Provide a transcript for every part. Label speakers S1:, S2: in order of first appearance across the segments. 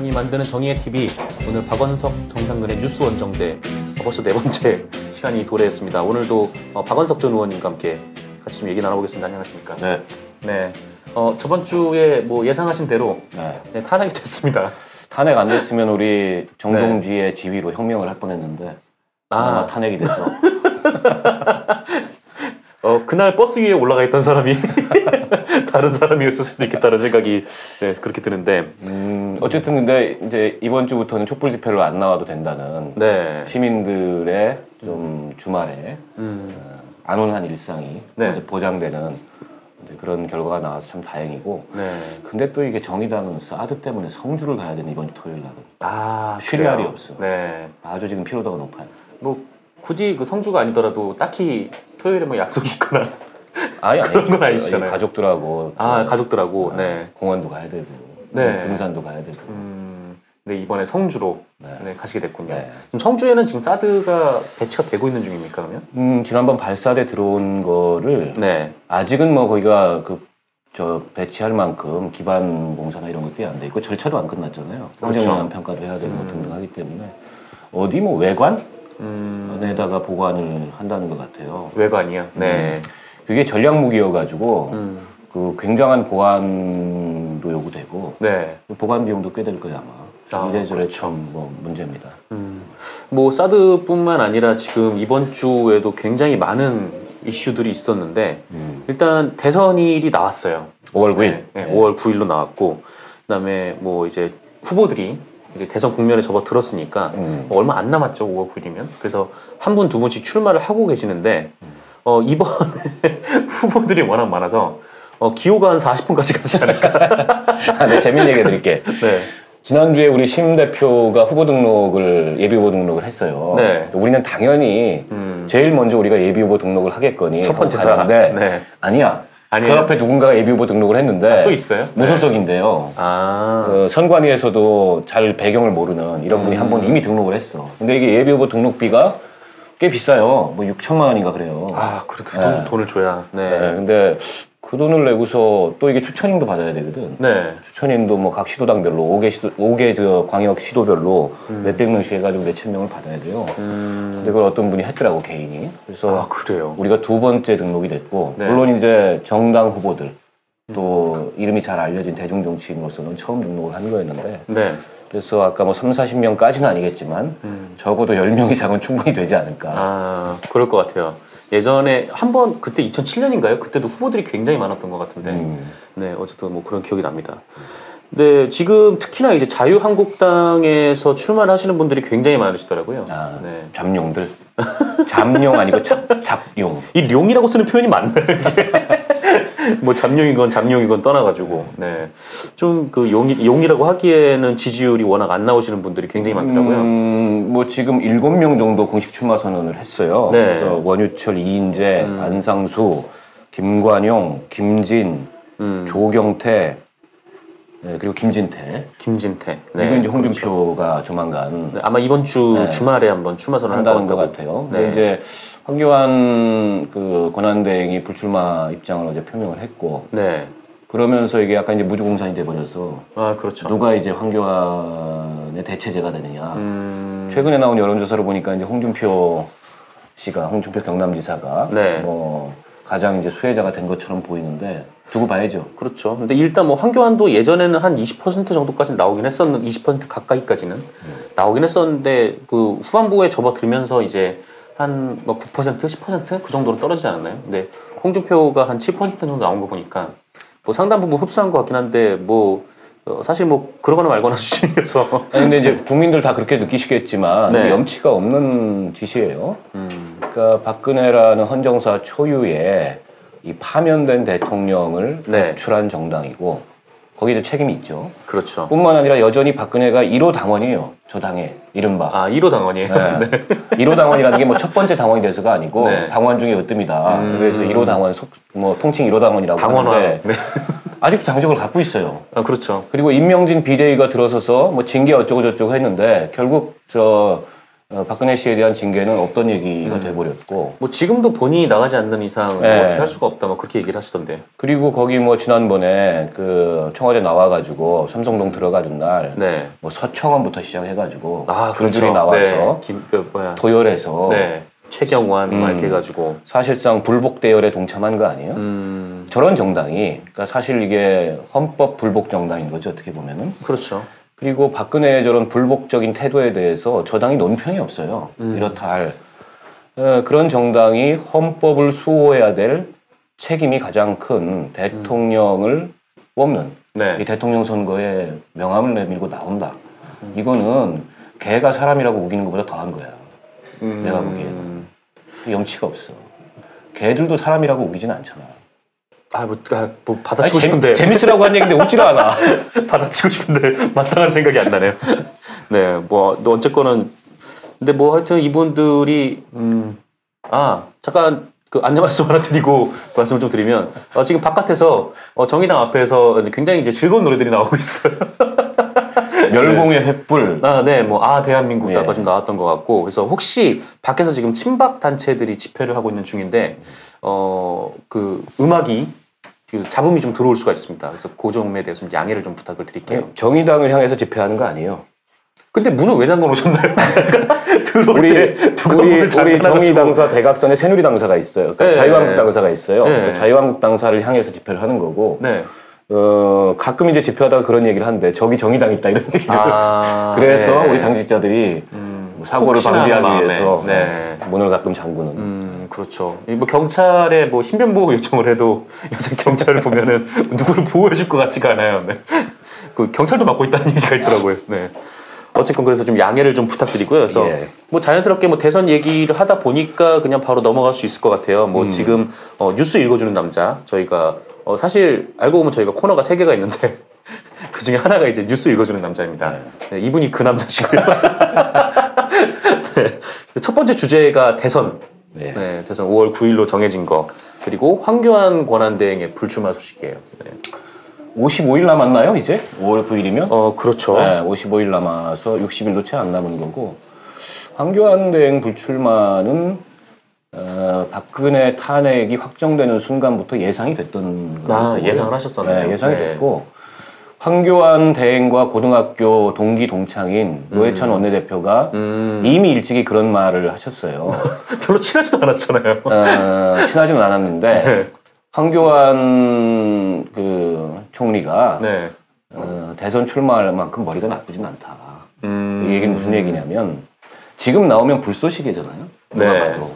S1: 네, 만드는 정의의 TV 오늘 박원석 정상근의 뉴스 원정대 어, 벌써 네 번째 시간이 도래했습니다. 오늘도 어, 박원석 전 의원님과 함께 같이 좀 얘기 나눠보겠습니다. 안녕하십니까?
S2: 네.
S1: 네. 어, 저번 주에 뭐 예상하신 대로
S2: 네.
S1: 네, 탄핵이 됐습니다.
S2: 탄핵 안 됐으면 우리 정동지의 지위로 혁명을 할 뻔했는데
S1: 아.
S2: 네. 아 탄핵이 돼서
S1: 어, 그날 버스 위에 올라가 있던 사람이 다른 사람이었을 수도 있겠다는 생각이 네, 그렇게 드는데.
S2: 음, 어쨌든 근데 이제 이번 주부터는 촛불 집회로 안 나와도 된다는
S1: 네.
S2: 시민들의 좀 주말에 어,
S1: 음.
S2: 안온한 일상이
S1: 네.
S2: 이제 보장되는 이제 그런 결과가 나와서 참 다행이고
S1: 네.
S2: 근데 또 이게 정의당은 사드 때문에 성주를 가야 되는 이번 주 토요일 날은
S1: 아,
S2: 쉴 날이
S1: 그래요?
S2: 없어.
S1: 네.
S2: 아주 지금 피로도가 높아요.
S1: 뭐 굳이 그 성주가 아니더라도 딱히 토요일에 뭐 약속이 있거나
S2: 아니
S1: 그런
S2: 아니,
S1: 건 아니시잖아요.
S2: 이 가족들하고
S1: 아,
S2: 또
S1: 가족들하고. 네.
S2: 공원도 가야 되고
S1: 네.
S2: 등산도 가야 되고
S1: 음. 네, 이번에 성주로
S2: 네.
S1: 네, 가시게 됐군요.
S2: 네.
S1: 그럼 성주에는 지금 사드가 배치가 되고 있는 중입니까, 그러면?
S2: 음, 지난번 발사대 들어온 거를
S1: 네.
S2: 아직은 뭐 거기가 그 저 배치할 만큼 기반 공사나 이런 것들이 안 돼 있고 절차도 안 끝났잖아요.
S1: 그렇죠.
S2: 환경영향 평가도 해야 되고
S1: 음.
S2: 등등하기 때문에 어디 뭐 외관에다가
S1: 음.
S2: 보관을 한다는 것 같아요.
S1: 외관이요. 네.
S2: 그게 전략 무기여가지고
S1: 음.
S2: 그 굉장한 보안도 요구되고
S1: 네.
S2: 보관 비용도 꽤 될 거예요 아마.
S1: 아,
S2: 이래저래 참뭐 문제입니다.
S1: 음, 뭐 사드뿐만 아니라 지금 이번 주에도 굉장히 많은 이슈들이 있었는데 일단 대선일이 나왔어요.
S2: 5월 9일.
S1: 음. 네, 5월 9일로 나왔고 그다음에 뭐 이제 후보들이 이제 대선 국면에 접어들었으니까
S2: 음.
S1: 뭐 얼마 안 남았죠 5월 9일이면 그래서 한 분 두 분씩 출마를 하고 계시는데 어, 이번에 후보들이 워낙 많아서 어, 기호가 한 40분까지 가지 않을까.
S2: 아, 네, 재밌는 얘기 해드릴게.
S1: 네.
S2: 지난주에 우리 심 대표가 후보 등록을 예비 후보 등록을 했어요.
S1: 네.
S2: 우리는 당연히
S1: 음.
S2: 제일 먼저 우리가 예비 후보 등록을 하겠거니
S1: 첫 번째다.
S2: 하고 음, 어, 가는데
S1: 네.
S2: 아니야.
S1: 아니에요? 아,
S2: 그 앞에 누군가가 예비 후보 등록을 했는데
S1: 또 있어요?
S2: 무소속인데요.
S1: 아.
S2: 그 선관위에서도 잘 배경을 모르는 이런 분이
S1: 음.
S2: 한 번 이미 등록을 했어. 근데 이게 예비 후보 등록비가 꽤 비싸요. 뭐 6천만 원인가 그래요.
S1: 아, 그렇게
S2: 네.
S1: 돈, 돈을 줘야.
S2: 네.
S1: 네.
S2: 근데 그 돈을 내고서 또 이게 추천인도 받아야 되거든.
S1: 네.
S2: 추천인도 뭐 각 시도당별로 5개 시도 5개 저 광역 시도별로 몇백 명씩 해가지고 몇천 명을 받아야 돼요.
S1: 음.
S2: 근데 그걸 어떤 분이 했더라고 개인이. 그래서
S1: 아, 그래요.
S2: 우리가 두 번째 등록이 됐고
S1: 네. 음.
S2: 물론 이제 정당 후보들 또 이름이 잘 알려진 대중 정치인으로서는 처음 등록을 한 거였는데
S1: 네.
S2: 그래서 아까 뭐 3, 40명까지는 아니겠지만
S1: 음.
S2: 적어도 10명 이상은 충분히 되지 않을까.
S1: 아, 그럴 것 같아요. 예전에 한 번 그때 2007년인가요? 그때도 후보들이 굉장히 많았던 것 같은데.
S2: 음.
S1: 네, 어쨌든 뭐 그런 기억이 납니다. 네, 지금 특히나 이제 자유한국당에서 출마를 하시는 분들이 굉장히 많으시더라고요.
S2: 아,
S1: 네.
S2: 잡룡들. 잡룡 아니고 잡, 잡룡.
S1: 이 룡이라고 쓰는 표현이 맞나요? 이게? 뭐 잠룡이건 잠룡이건 떠나가지고 네. 좀 그 용이, 용이라고 하기에는 지지율이 워낙 안 나오시는 분들이 굉장히 많더라고요.
S2: 음, 뭐 지금 일곱 명 정도 공식 출마 선언을 했어요.
S1: 네. 음.
S2: 그래서 원유철, 이인재, 안상수, 김관용, 김진,
S1: 음.
S2: 조경태, 네, 그리고 김진태.
S1: 김진태.
S2: 그리고 이제 홍준표가 조만간
S1: 네, 아마 이번 주 주말에 한번 출마 선언할 것
S2: 한다는 것
S1: 같다고.
S2: 같아요. 근데
S1: 네.
S2: 이제 황교안 그 권한대행이 불출마 입장을 어제 표명을 했고
S1: 네.
S2: 그러면서 이게 약간 이제 무주공산이 돼버려서
S1: 아 그렇죠.
S2: 누가 이제 황교안의 대체제가 되느냐.
S1: 음.
S2: 최근에 나온 여론조사를 보니까 이제 홍준표 씨가 홍준표 경남지사가
S1: 네.
S2: 뭐 가장 이제 수혜자가 된 것처럼 보이는데 두고 봐야죠.
S1: 그렇죠. 근데 일단 뭐 황교안도 예전에는 한 20% 정도까지 나오긴 했었는 20% 가까이까지는 나오긴 했었는데 그 후반부에 접어들면서 이제 한 뭐 9% 10%그 정도로 떨어지지 않았나요? 근데 홍준표가 한 7% 정도 나온 거 보니까 뭐 상당 부분 흡수한 것 같긴 한데 뭐 어, 사실 뭐 그러거나 말거나 수준이어서
S2: 아니, 근데 이제 국민들 다 그렇게 느끼시겠지만
S1: 네.
S2: 염치가 없는 짓이에요.
S1: 음,
S2: 그러니까 박근혜라는 헌정사 초유의 이 파면된 대통령을
S1: 네.
S2: 추출한 정당이고 거기에 책임이 있죠.
S1: 그렇죠.
S2: 뿐만 아니라 여전히 박근혜가 1호 당원이에요. 저 당에 이른바.
S1: 아 1호 당원이에요.
S2: 네. 1호 당원이라는 게 뭐 첫 번째 당원이 돼서가 아니고
S1: 네. 음.
S2: 당원 중에 으뜸이다. 그래서 1호 당원, 속, 뭐 통칭 1호 당원이라고
S1: 당원화.
S2: 하는데
S1: 네.
S2: 아직도 당적을 갖고 있어요.
S1: 아 그렇죠.
S2: 그리고 임명진 비대위가 들어서서 뭐 징계 어쩌고 저쩌고 했는데 결국 저 어, 박근혜 씨에 대한 징계는 없던 얘기가 돼버렸고
S1: 뭐 지금도 본인이 나가지 않는 이상
S2: 네.
S1: 뭐 어떻게 할 수가 없다 막 그렇게 얘기를 하시던데.
S2: 그리고 거기 뭐 지난번에 그 청와대 나와가지고 삼성동 들어가는 날 뭐
S1: 네.
S2: 서청원부터 시작해가지고
S1: 아,
S2: 줄줄이
S1: 그렇죠. 네.
S2: 나와서
S1: 김, 그 뭐야.
S2: 도열해서
S1: 네. 최경환 막
S2: 음.
S1: 이렇게 해가지고.
S2: 사실상 불복 대열에 동참한 거 아니에요?
S1: 음.
S2: 저런 정당이 그러니까 사실 이게 헌법 불복 정당인 거죠 어떻게 보면은
S1: 그렇죠.
S2: 그리고 박근혜의 저런 불복적인 태도에 대해서 저당이 논평이 없어요.
S1: 음.
S2: 이렇다 할 어, 그런 정당이 헌법을 수호해야 될 책임이 가장 큰 대통령을 뽑는
S1: 네.
S2: 이 대통령 선거에 명함을 내밀고 나온다. 이거는 개가 사람이라고 우기는 것보다 더한 거야.
S1: 음.
S2: 내가 보기에는. 염치가 없어. 개들도 사람이라고 우기진 않잖아.
S1: 아, 뭐, 아, 뭐 받아치고 싶은데.
S2: 재, 재밌으라고 한 얘기인데 웃지가 않아.
S1: 받아치고 싶은데 마땅한 생각이 안 나네요. 네, 뭐 어쨌거나 근데 뭐 하여튼 이분들이 음, 음아 잠깐 그 안내 말씀 하나 드리고 말씀을 좀 드리면 어, 지금 바깥에서 어, 정의당 앞에서 굉장히 이제 즐거운 노래들이 나오고 있어요.
S2: 멸공의 횃불.
S1: 아, 네, 뭐 아 대한민국
S2: 예.
S1: 아까 좀 나왔던 것 같고 그래서 혹시 밖에서 지금 친박 단체들이 집회를 하고 있는 중인데 어 그 음악이 그 잡음이 좀 들어올 수가 있습니다. 그래서 그 점에 대해서 좀 양해를 좀 부탁을 드릴게요.
S2: 네. 정의당을 향해서 집회하는 거 아니에요.
S1: 근데 문은 왜 잠궈 놓으셨나요? 들어올
S2: 우리
S1: 때 누가
S2: 우리
S1: 문을
S2: 우리
S1: 잠가가지고
S2: 정의 당사 대각선에 새누리 당사가 있어요. 그러니까
S1: 네,
S2: 자유한국
S1: 네.
S2: 당사가 있어요.
S1: 네.
S2: 그러니까 자유한국 당사를 향해서 집회를 하는 거고.
S1: 네.
S2: 어, 가끔 이제 집회하다가 그런 얘기를 하는데 저기 정의당 있다 이런 얘기를.
S1: 아,
S2: 그래서
S1: 네.
S2: 우리 당직자들이 뭐
S1: 음,
S2: 사고를
S1: 혹시나
S2: 방지하기
S1: 마음에.
S2: 위해서
S1: 네.
S2: 문을 가끔 잠그는.
S1: 음, 그렇죠. 이뭐 경찰에 뭐 신변 보호 요청을 해도 요새 경찰을 보면은 누구를 보호해 줄 것 같지가 않아요. 네. 그 경찰도 맡고 있다는 얘기가 있더라고요. 네. 어쨌건 그래서 좀 양해를 좀 부탁드리고요. 그래서
S2: 예.
S1: 뭐 자연스럽게 뭐 대선 얘기를 하다 보니까 그냥 바로 넘어갈 수 있을 것 같아요. 뭐 지금 어, 뉴스 읽어주는 남자 저희가 어, 사실 알고 보면 저희가 코너가 세 개가 있는데 그 중에 하나가 이제 뉴스 읽어주는 남자입니다. 네, 이분이 그 남자시고요. 네. 첫 번째 주제가 대선.
S2: 네.
S1: 네, 대선 5월 9일로 정해진 거 그리고 황교안 권한대행의 불출마 소식이에요. 네.
S2: 55일 남았나요 이제? 5월 9일이면?
S1: 어 그렇죠.
S2: 네, 55일 남아서 60일도 채 안 남은 거고 황교안 대행 불출마는 어, 박근혜 탄핵이 확정되는 순간부터 예상이 됐던
S1: 아,
S2: 거고요.
S1: 예상을 하셨었네요.
S2: 네, 예상이
S1: 네.
S2: 됐고 황교안 대행과 고등학교 동기 동창인 노회찬 원내대표가
S1: 음,
S2: 이미 일찍이 그런 말을 하셨어요.
S1: 별로 친하지도 않았잖아요.
S2: 어, 친하지는 않았는데
S1: 네.
S2: 황교안 그 총리가
S1: 네.
S2: 어, 대선 출마할 만큼 머리가 나쁘진 않다.
S1: 음,
S2: 이 얘기는 무슨 얘기냐면 지금 나오면 불쏘시개잖아요. 누가
S1: 네.
S2: 봐도.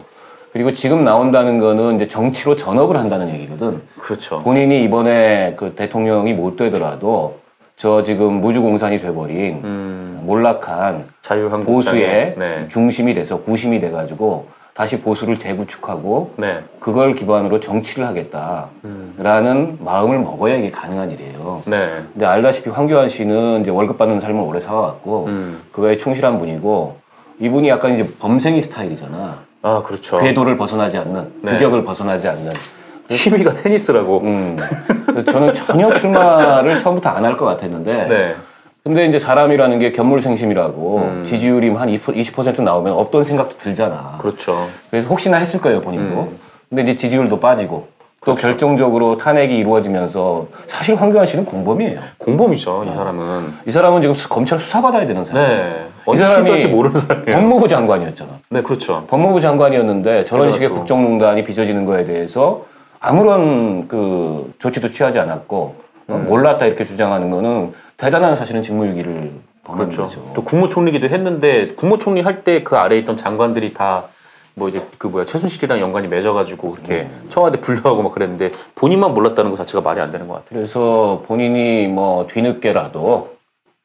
S2: 그리고 지금 나온다는 거는 이제 정치로 전업을 한다는 얘기거든.
S1: 그렇죠.
S2: 본인이 이번에 그 대통령이 못 되더라도 저 지금 무주공산이 돼버린
S1: 음,
S2: 몰락한
S1: 자유한국당
S2: 보수의
S1: 네.
S2: 중심이 돼서 구심이 돼가지고 다시 보수를 재구축하고
S1: 네.
S2: 그걸 기반으로 정치를 하겠다라는 마음을 먹어야 이게 가능한 일이에요.
S1: 네.
S2: 근데 알다시피 황교안 씨는 이제 월급 받는 삶을 오래 살아왔고
S1: 음.
S2: 그거에 충실한 분이고 이분이 약간 이제 범생이 스타일이잖아.
S1: 아 그렇죠.
S2: 궤도를 벗어나지 않는,
S1: 네.
S2: 규격을 벗어나지 않는.
S1: 그 취미가 테니스라고.
S2: 음. 그래서 저는 전혀 출마를 처음부터 안 할 것 같았는데.
S1: 네.
S2: 근데 이제 사람이라는 게 견물생심이라고
S1: 음.
S2: 지지율이 한 20% 나오면 없던 생각도 들잖아.
S1: 그렇죠.
S2: 그래서 혹시나 했을 거예요 본인도.
S1: 음. 그렇죠.
S2: 근데 이제 지지율도 빠지고 또 결정적으로 탄핵이 이루어지면서 사실 황교안 씨는 공범이에요.
S1: 공범이죠 이 사람은.
S2: 이 사람은 지금 수- 검찰 수사받아야 되는 사람.
S1: 아. 네.
S2: 이
S1: 언제
S2: 사람이-
S1: 출두할지 모르는 사람이에요.
S2: 법무부 장관이었잖아.
S1: 네 그렇죠.
S2: 법무부 장관이었는데 저런 식의
S1: 그래가지고.
S2: 국정농단이 빚어지는 거에 대해서 아무런 그 조치도 취하지 않았고 어,
S1: 음.
S2: 몰랐다 이렇게 주장하는 거는 대단한 사실은 직무유기를 범하는
S1: 그렇죠.
S2: 거죠.
S1: 또 국무총리기도 했는데 국무총리 할 때 그 아래 에 있던 장관들이 다 뭐 이제 그 뭐야 최순실이랑 연관이 맺어가지고 이렇게 청와대 불려하고 막 그랬는데 본인만 몰랐다는 것 자체가 말이 안 되는 것 같아요.
S2: 그래서 본인이 뭐 뒤늦게라도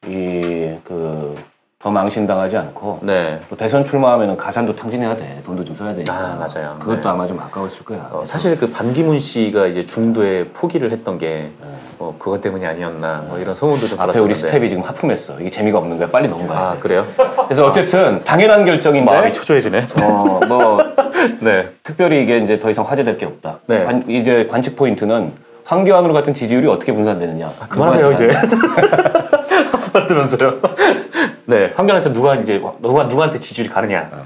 S2: 이 그 더 망신당하지 않고
S1: 네.
S2: 또 대선 출마하면 가산도 탕진해야 돼. 돈도 좀 써야 되니까.
S1: 아, 맞아요.
S2: 그것도
S1: 네.
S2: 아마 좀 아까웠을 거야.
S1: 어, 사실 그 반기문 씨가 이제 중도에 포기를 했던 게 어, 그것 때문이 아니었나 뭐 이런 소문도 좀
S2: 앞에
S1: 들었었는데.
S2: 우리 스텝이 지금 하품했어. 이게 재미가 없는 거야. 빨리 넘어가야
S1: 아
S2: 돼.
S1: 그래요?
S2: 그래서 어쨌든 당연한 결정인데
S1: 마음이 초조해지네.
S2: 어, 뭐
S1: 네.
S2: 특별히 이게 이제 더 이상 화제될 게 없다.
S1: 네.
S2: 관- 이제 관측 포인트는 황교안으로 같은
S1: 아,
S2: 지지율이 어떻게 분산되느냐.
S1: 그만하세요 이제. 한번 들으면서요. 네, 황교안한테 누가 이제 누가 누구한테 지지율이 가느냐.
S2: 어.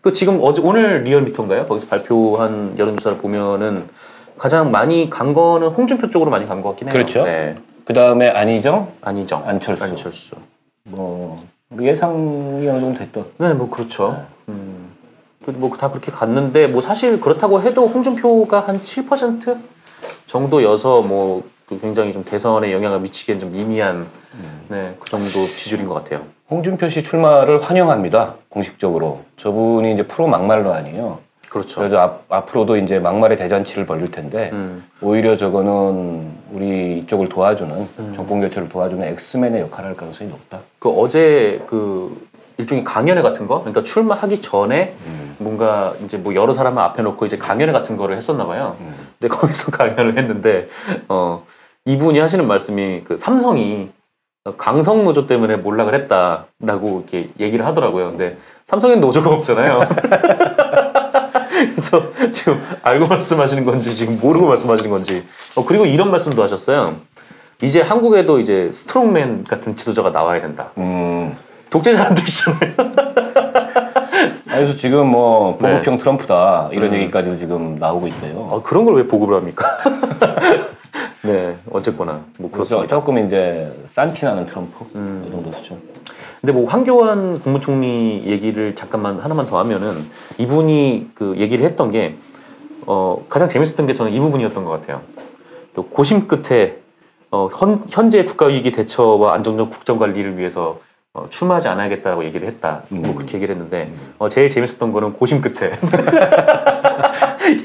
S1: 그 지금 어제 오늘 리얼미터인가요? 거기서 발표한 여론조사를 보면은 가장 많이 간 거는 홍준표 쪽으로 많이 간 것 같긴 해요.
S2: 그렇죠.
S1: 네,
S2: 그 다음에 안희정,
S1: 안희정,
S2: 안철수.
S1: 안철수.
S2: 뭐 우리 예상이 어느 정도 됐던.
S1: 네, 뭐 그렇죠. 음. 뭐다 그렇게 갔는데 뭐 사실 그렇다고 해도 홍준표가 한 7% 정도여서 뭐그 굉장히 좀 대선에 영향을 미치기엔 좀 미미한
S2: 음.
S1: 네, 그 정도 지지율인 것 같아요.
S2: 홍준표 씨 출마를 환영합니다. 공식적으로 저분이 이제 프로 막말로 아니에요.
S1: 그렇죠.
S2: 그래서 앞, 앞으로도 이제 막말의 대잔치를 벌릴 텐데
S1: 음.
S2: 오히려 저거는 우리 이쪽을 도와주는
S1: 음.
S2: 정권 교체를 도와주는 엑스맨의 역할을 할 가능성이 높다.
S1: 그 어제 그 일종의 강연회 같은 거, 그러니까 출마하기 전에 뭔가 이제 뭐 여러 사람을 앞에 놓고 이제 강연회 같은 거를 했었나 봐요. 근데 네, 거기서 강연을 했는데 어 이분이 하시는 말씀이 그 삼성이 강성 노조 때문에 몰락을 했다라고 이렇게 얘기를 하더라고요. 근데 삼성엔 노조가 없잖아요. 그래서 지금 알고 말씀하시는 건지 지금 모르고 말씀하시는 건지. 어 그리고 이런 말씀도 하셨어요. 이제 한국에도 이제 스트롱맨 같은 지도자가 나와야 된다.
S2: 음.
S1: 독재자란 뜻이잖아요.
S2: 그래서 지금 뭐
S1: 네.
S2: 보급형 트럼프다 이런 얘기까지도 지금 나오고 있대요.
S1: 아, 그런 걸 왜 보급을 합니까? 네, 어쨌거나 뭐
S2: 그래서
S1: 그렇습니다.
S2: 조금 이제 싼피 나는 트럼프 이 정도 수준.
S1: 근데 뭐 황교안 국무총리 얘기를 잠깐만 하나만 더 하면은 이분이 그 얘기를 했던 게 어, 가장 재밌었던 게 저는 이 부분이었던 것 같아요. 또 고심 끝에 어, 현, 현재 국가 위기 대처와 안정적 국정 관리를 위해서 어, 출마하지 않아야겠다라고 얘기를 했다.
S2: 음.
S1: 뭐 그렇게 얘기를 했는데 어, 제일 재밌었던 거는 고심 끝에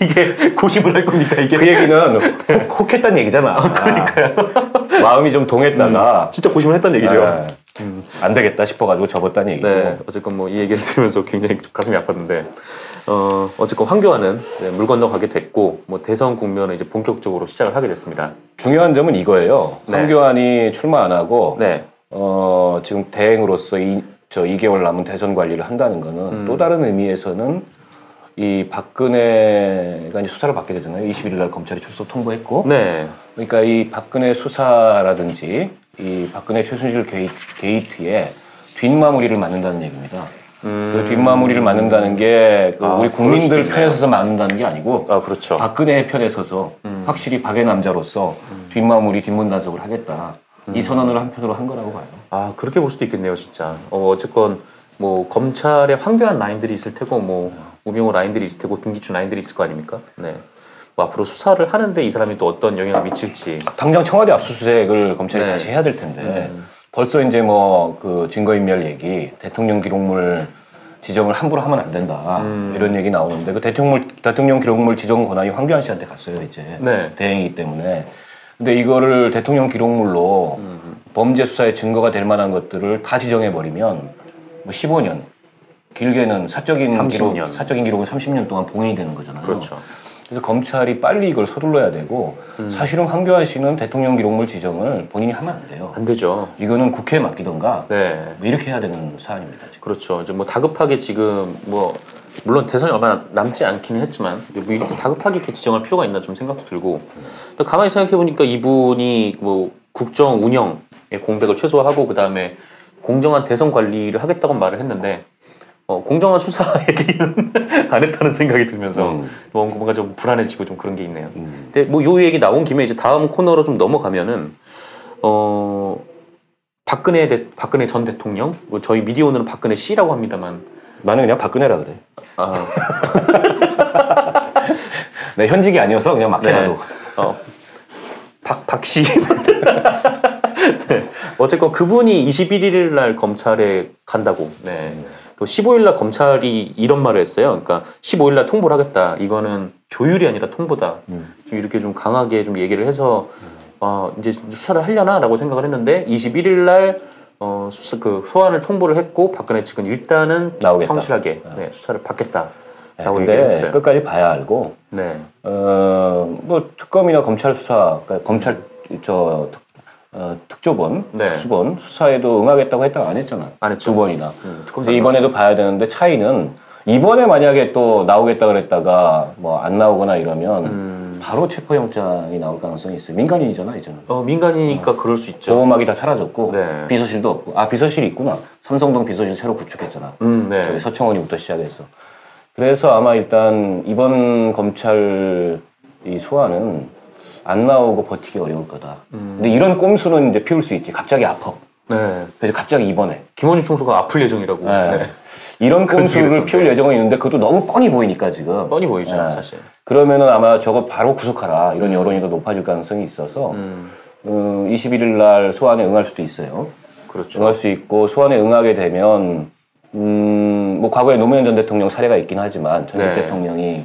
S1: 이게 고심을 할 겁니다. 이게
S2: 그 얘기는 혹, 혹했단 얘기잖아. 그러니까요. 마음이 좀 동했다가
S1: 진짜 고심을 했던 얘기죠.
S2: 아, 안 되겠다 싶어가지고 접었다는 얘기고.
S1: 음. 네, 어쨌건 뭐 이 얘기를 들으면서 굉장히 좀 가슴이 아팠는데 어, 어쨌건 황교안은 네, 물 건너가게 됐고 뭐 대선 국면을 이제 본격적으로 시작을 하게 됐습니다.
S2: 중요한 점은 이거예요.
S1: 네.
S2: 황교안이 출마 안 하고
S1: 네, 이
S2: 어 지금 대행으로서 이, 저 2개월 남은 대선 관리를 한다는 거는 또 다른 의미에서는 이 박근혜가 이제 수사를 받게 되잖아요. 21일 날 검찰이 출석 통보했고.
S1: 네
S2: 그러니까 이 박근혜 수사라든지 이 박근혜 최순실 게이, 게이트의 뒷마무리를 맞는다는 얘기입니다. 그 뒷마무리를 맞는다는 게그
S1: 음. 아,
S2: 우리
S1: 그럴
S2: 국민들
S1: 수도
S2: 편에 서서 맞는다는 게 아니고
S1: 아 그렇죠.
S2: 박근혜의 편에 서서
S1: 음.
S2: 확실히 박의 남자로서 뒷마무리 뒷문 단속을 하겠다.
S1: 음.
S2: 이 선언을 한편으로 한 거라고 봐요.
S1: 아 그렇게 볼 수도 있겠네요, 진짜. 어, 어쨌건 뭐 검찰에 황교안 라인들이 있을 테고 뭐 우병우 라인들이 있을 테고 김기춘 라인들이 있을 거 아닙니까? 네. 뭐 앞으로 수사를 하는데 이 사람이 또 어떤 영향을 미칠지.
S2: 당장 청와대 압수수색을 검찰이
S1: 네.
S2: 다시 해야 될 텐데 벌써 이제 뭐 그 증거인멸 얘기, 대통령 기록물 지정을 함부로 하면 안 된다
S1: 음.
S2: 이런 얘기 나오는데 그 대통령 대통령 기록물 지정 권한이 황교안 씨한테 갔어요 이제
S1: 네.
S2: 대행이기 때문에 근데 이거를 대통령 기록물로
S1: 음.
S2: 범죄 수사의 증거가 될 만한 것들을 다 지정해 버리면 뭐 15년 길게는 사적인
S1: 30 년.
S2: 기록 사적인 기록은 30년 동안 봉인이 되는 거잖아요.
S1: 그렇죠.
S2: 그래서 검찰이 빨리 이걸 서둘러야 되고 사실은 황교안 씨는 대통령 기록물 지정을 본인이 하면 안 돼요.
S1: 안 되죠.
S2: 이거는 국회에 맡기던가
S1: 네.
S2: 뭐 이렇게 해야 되는 사안입니다. 지금.
S1: 그렇죠. 이제 뭐 다급하게 지금 뭐 물론 대선이 얼마 남지 않기는 했지만 뭐 이렇게 다급하게 이렇게 지정할 필요가 있나 좀 생각도 들고 근데 가만히 생각해 보니까 이분이 뭐 국정 운영의 공백을 최소화하고 그 다음에 공정한 대선 관리를 하겠다고 말을 했는데 어, 공정한 수사 얘기는 안 했다는 생각이 들면서 뭐
S2: 음.
S1: 뭔가 뭔가 좀 불안해지고 좀 그런 게 있네요. 근데 뭐 요 얘기 나온 김에 이제 다음 코너로 좀 넘어가면은 어 박근혜 대, 박근혜 전 대통령 뭐 저희 미디어는 박근혜 씨라고 합니다만
S2: 나는 그냥 박근혜라 그래.
S1: 아,
S2: 내 현직이 아니어서 그냥 맡겨놔도.
S1: 어, 박박 씨. 네. 어쨌건 그분이 21일 날 검찰에 간다고. 네. 그 15일 날 검찰이 이런 말을 했어요. 그러니까 15일 날 통보를 하겠다. 이거는 조율이 아니라 통보다.
S2: 음.
S1: 좀 이렇게 좀 강하게 좀 얘기를 해서 어, 이제 수사를 하려나라고 생각을 했는데 21일 날 어, 수사, 그 소환을 통보를 했고 박근혜 측은 일단은
S2: 나오겠다. 아.
S1: 성실하게 네, 수사를 받겠다라고
S2: 네,
S1: 얘기를
S2: 근데
S1: 했어요.
S2: 끝까지 봐야 알고
S1: 네.
S2: 어뭐 특검이나 검찰 수사, 그러니까 검찰 저 특, 어, 특조본,
S1: 네.
S2: 특수본 수사에도 응하겠다고 했다가 안 했잖아.
S1: 안 했죠.
S2: 두 번이나.
S1: 음,
S2: 그래서 이번에도 봐야 되는데 차이는 이번에 만약에 또 나오겠다 그랬다가 뭐 안 나오거나 이러면
S1: 음,
S2: 바로 체포영장이 나올 가능성이 있어요. 민간인이잖아 이제는.
S1: 어, 민간이니까 그럴 수 있죠.
S2: 보호막이 다 사라졌고
S1: 네.
S2: 비서실도 없고 아 비서실이 있구나. 삼성동 비서실 새로 구축했잖아.
S1: 음, 네.
S2: 저기 서청원이부터 시작해서 그래서 아마 일단 이번 검찰 이 소환은 안 나오고 버티기 어려울 거다.
S1: 음.
S2: 근데 이런 꼼수는 이제 피울 수 있지. 갑자기 아파.
S1: 네.
S2: 그래서 갑자기 입원해.
S1: 김원준 총수가 아플 예정이라고.
S2: 네.
S1: 네.
S2: 이런
S1: 뒤를
S2: 꼼수를
S1: 또
S2: 피울
S1: 네.
S2: 예정이 있는데 그것도 너무 뻔히 보이니까 지금.
S1: 뻔히 보이죠,
S2: 네.
S1: 사실.
S2: 그러면은 아마 저거 바로 구속하라 이런 여론이 더 높아질 가능성이 있어서
S1: 음,
S2: 음, 21일 날 소환에 응할 수도 있어요.
S1: 그렇죠.
S2: 응할 수 있고 소환에 응하게 되면 음, 뭐 과거에 노무현 전 대통령 사례가 있긴 하지만 전직
S1: 네.
S2: 대통령이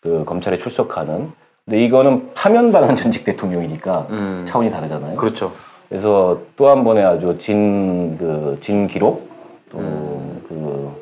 S2: 그 검찰에 출석하는 근데 이거는 파면당한 전직 대통령이니까
S1: 음,
S2: 차원이 다르잖아요.
S1: 그렇죠.
S2: 그래서 또 한 번의 아주 진, 그, 진 기록, 또, 그,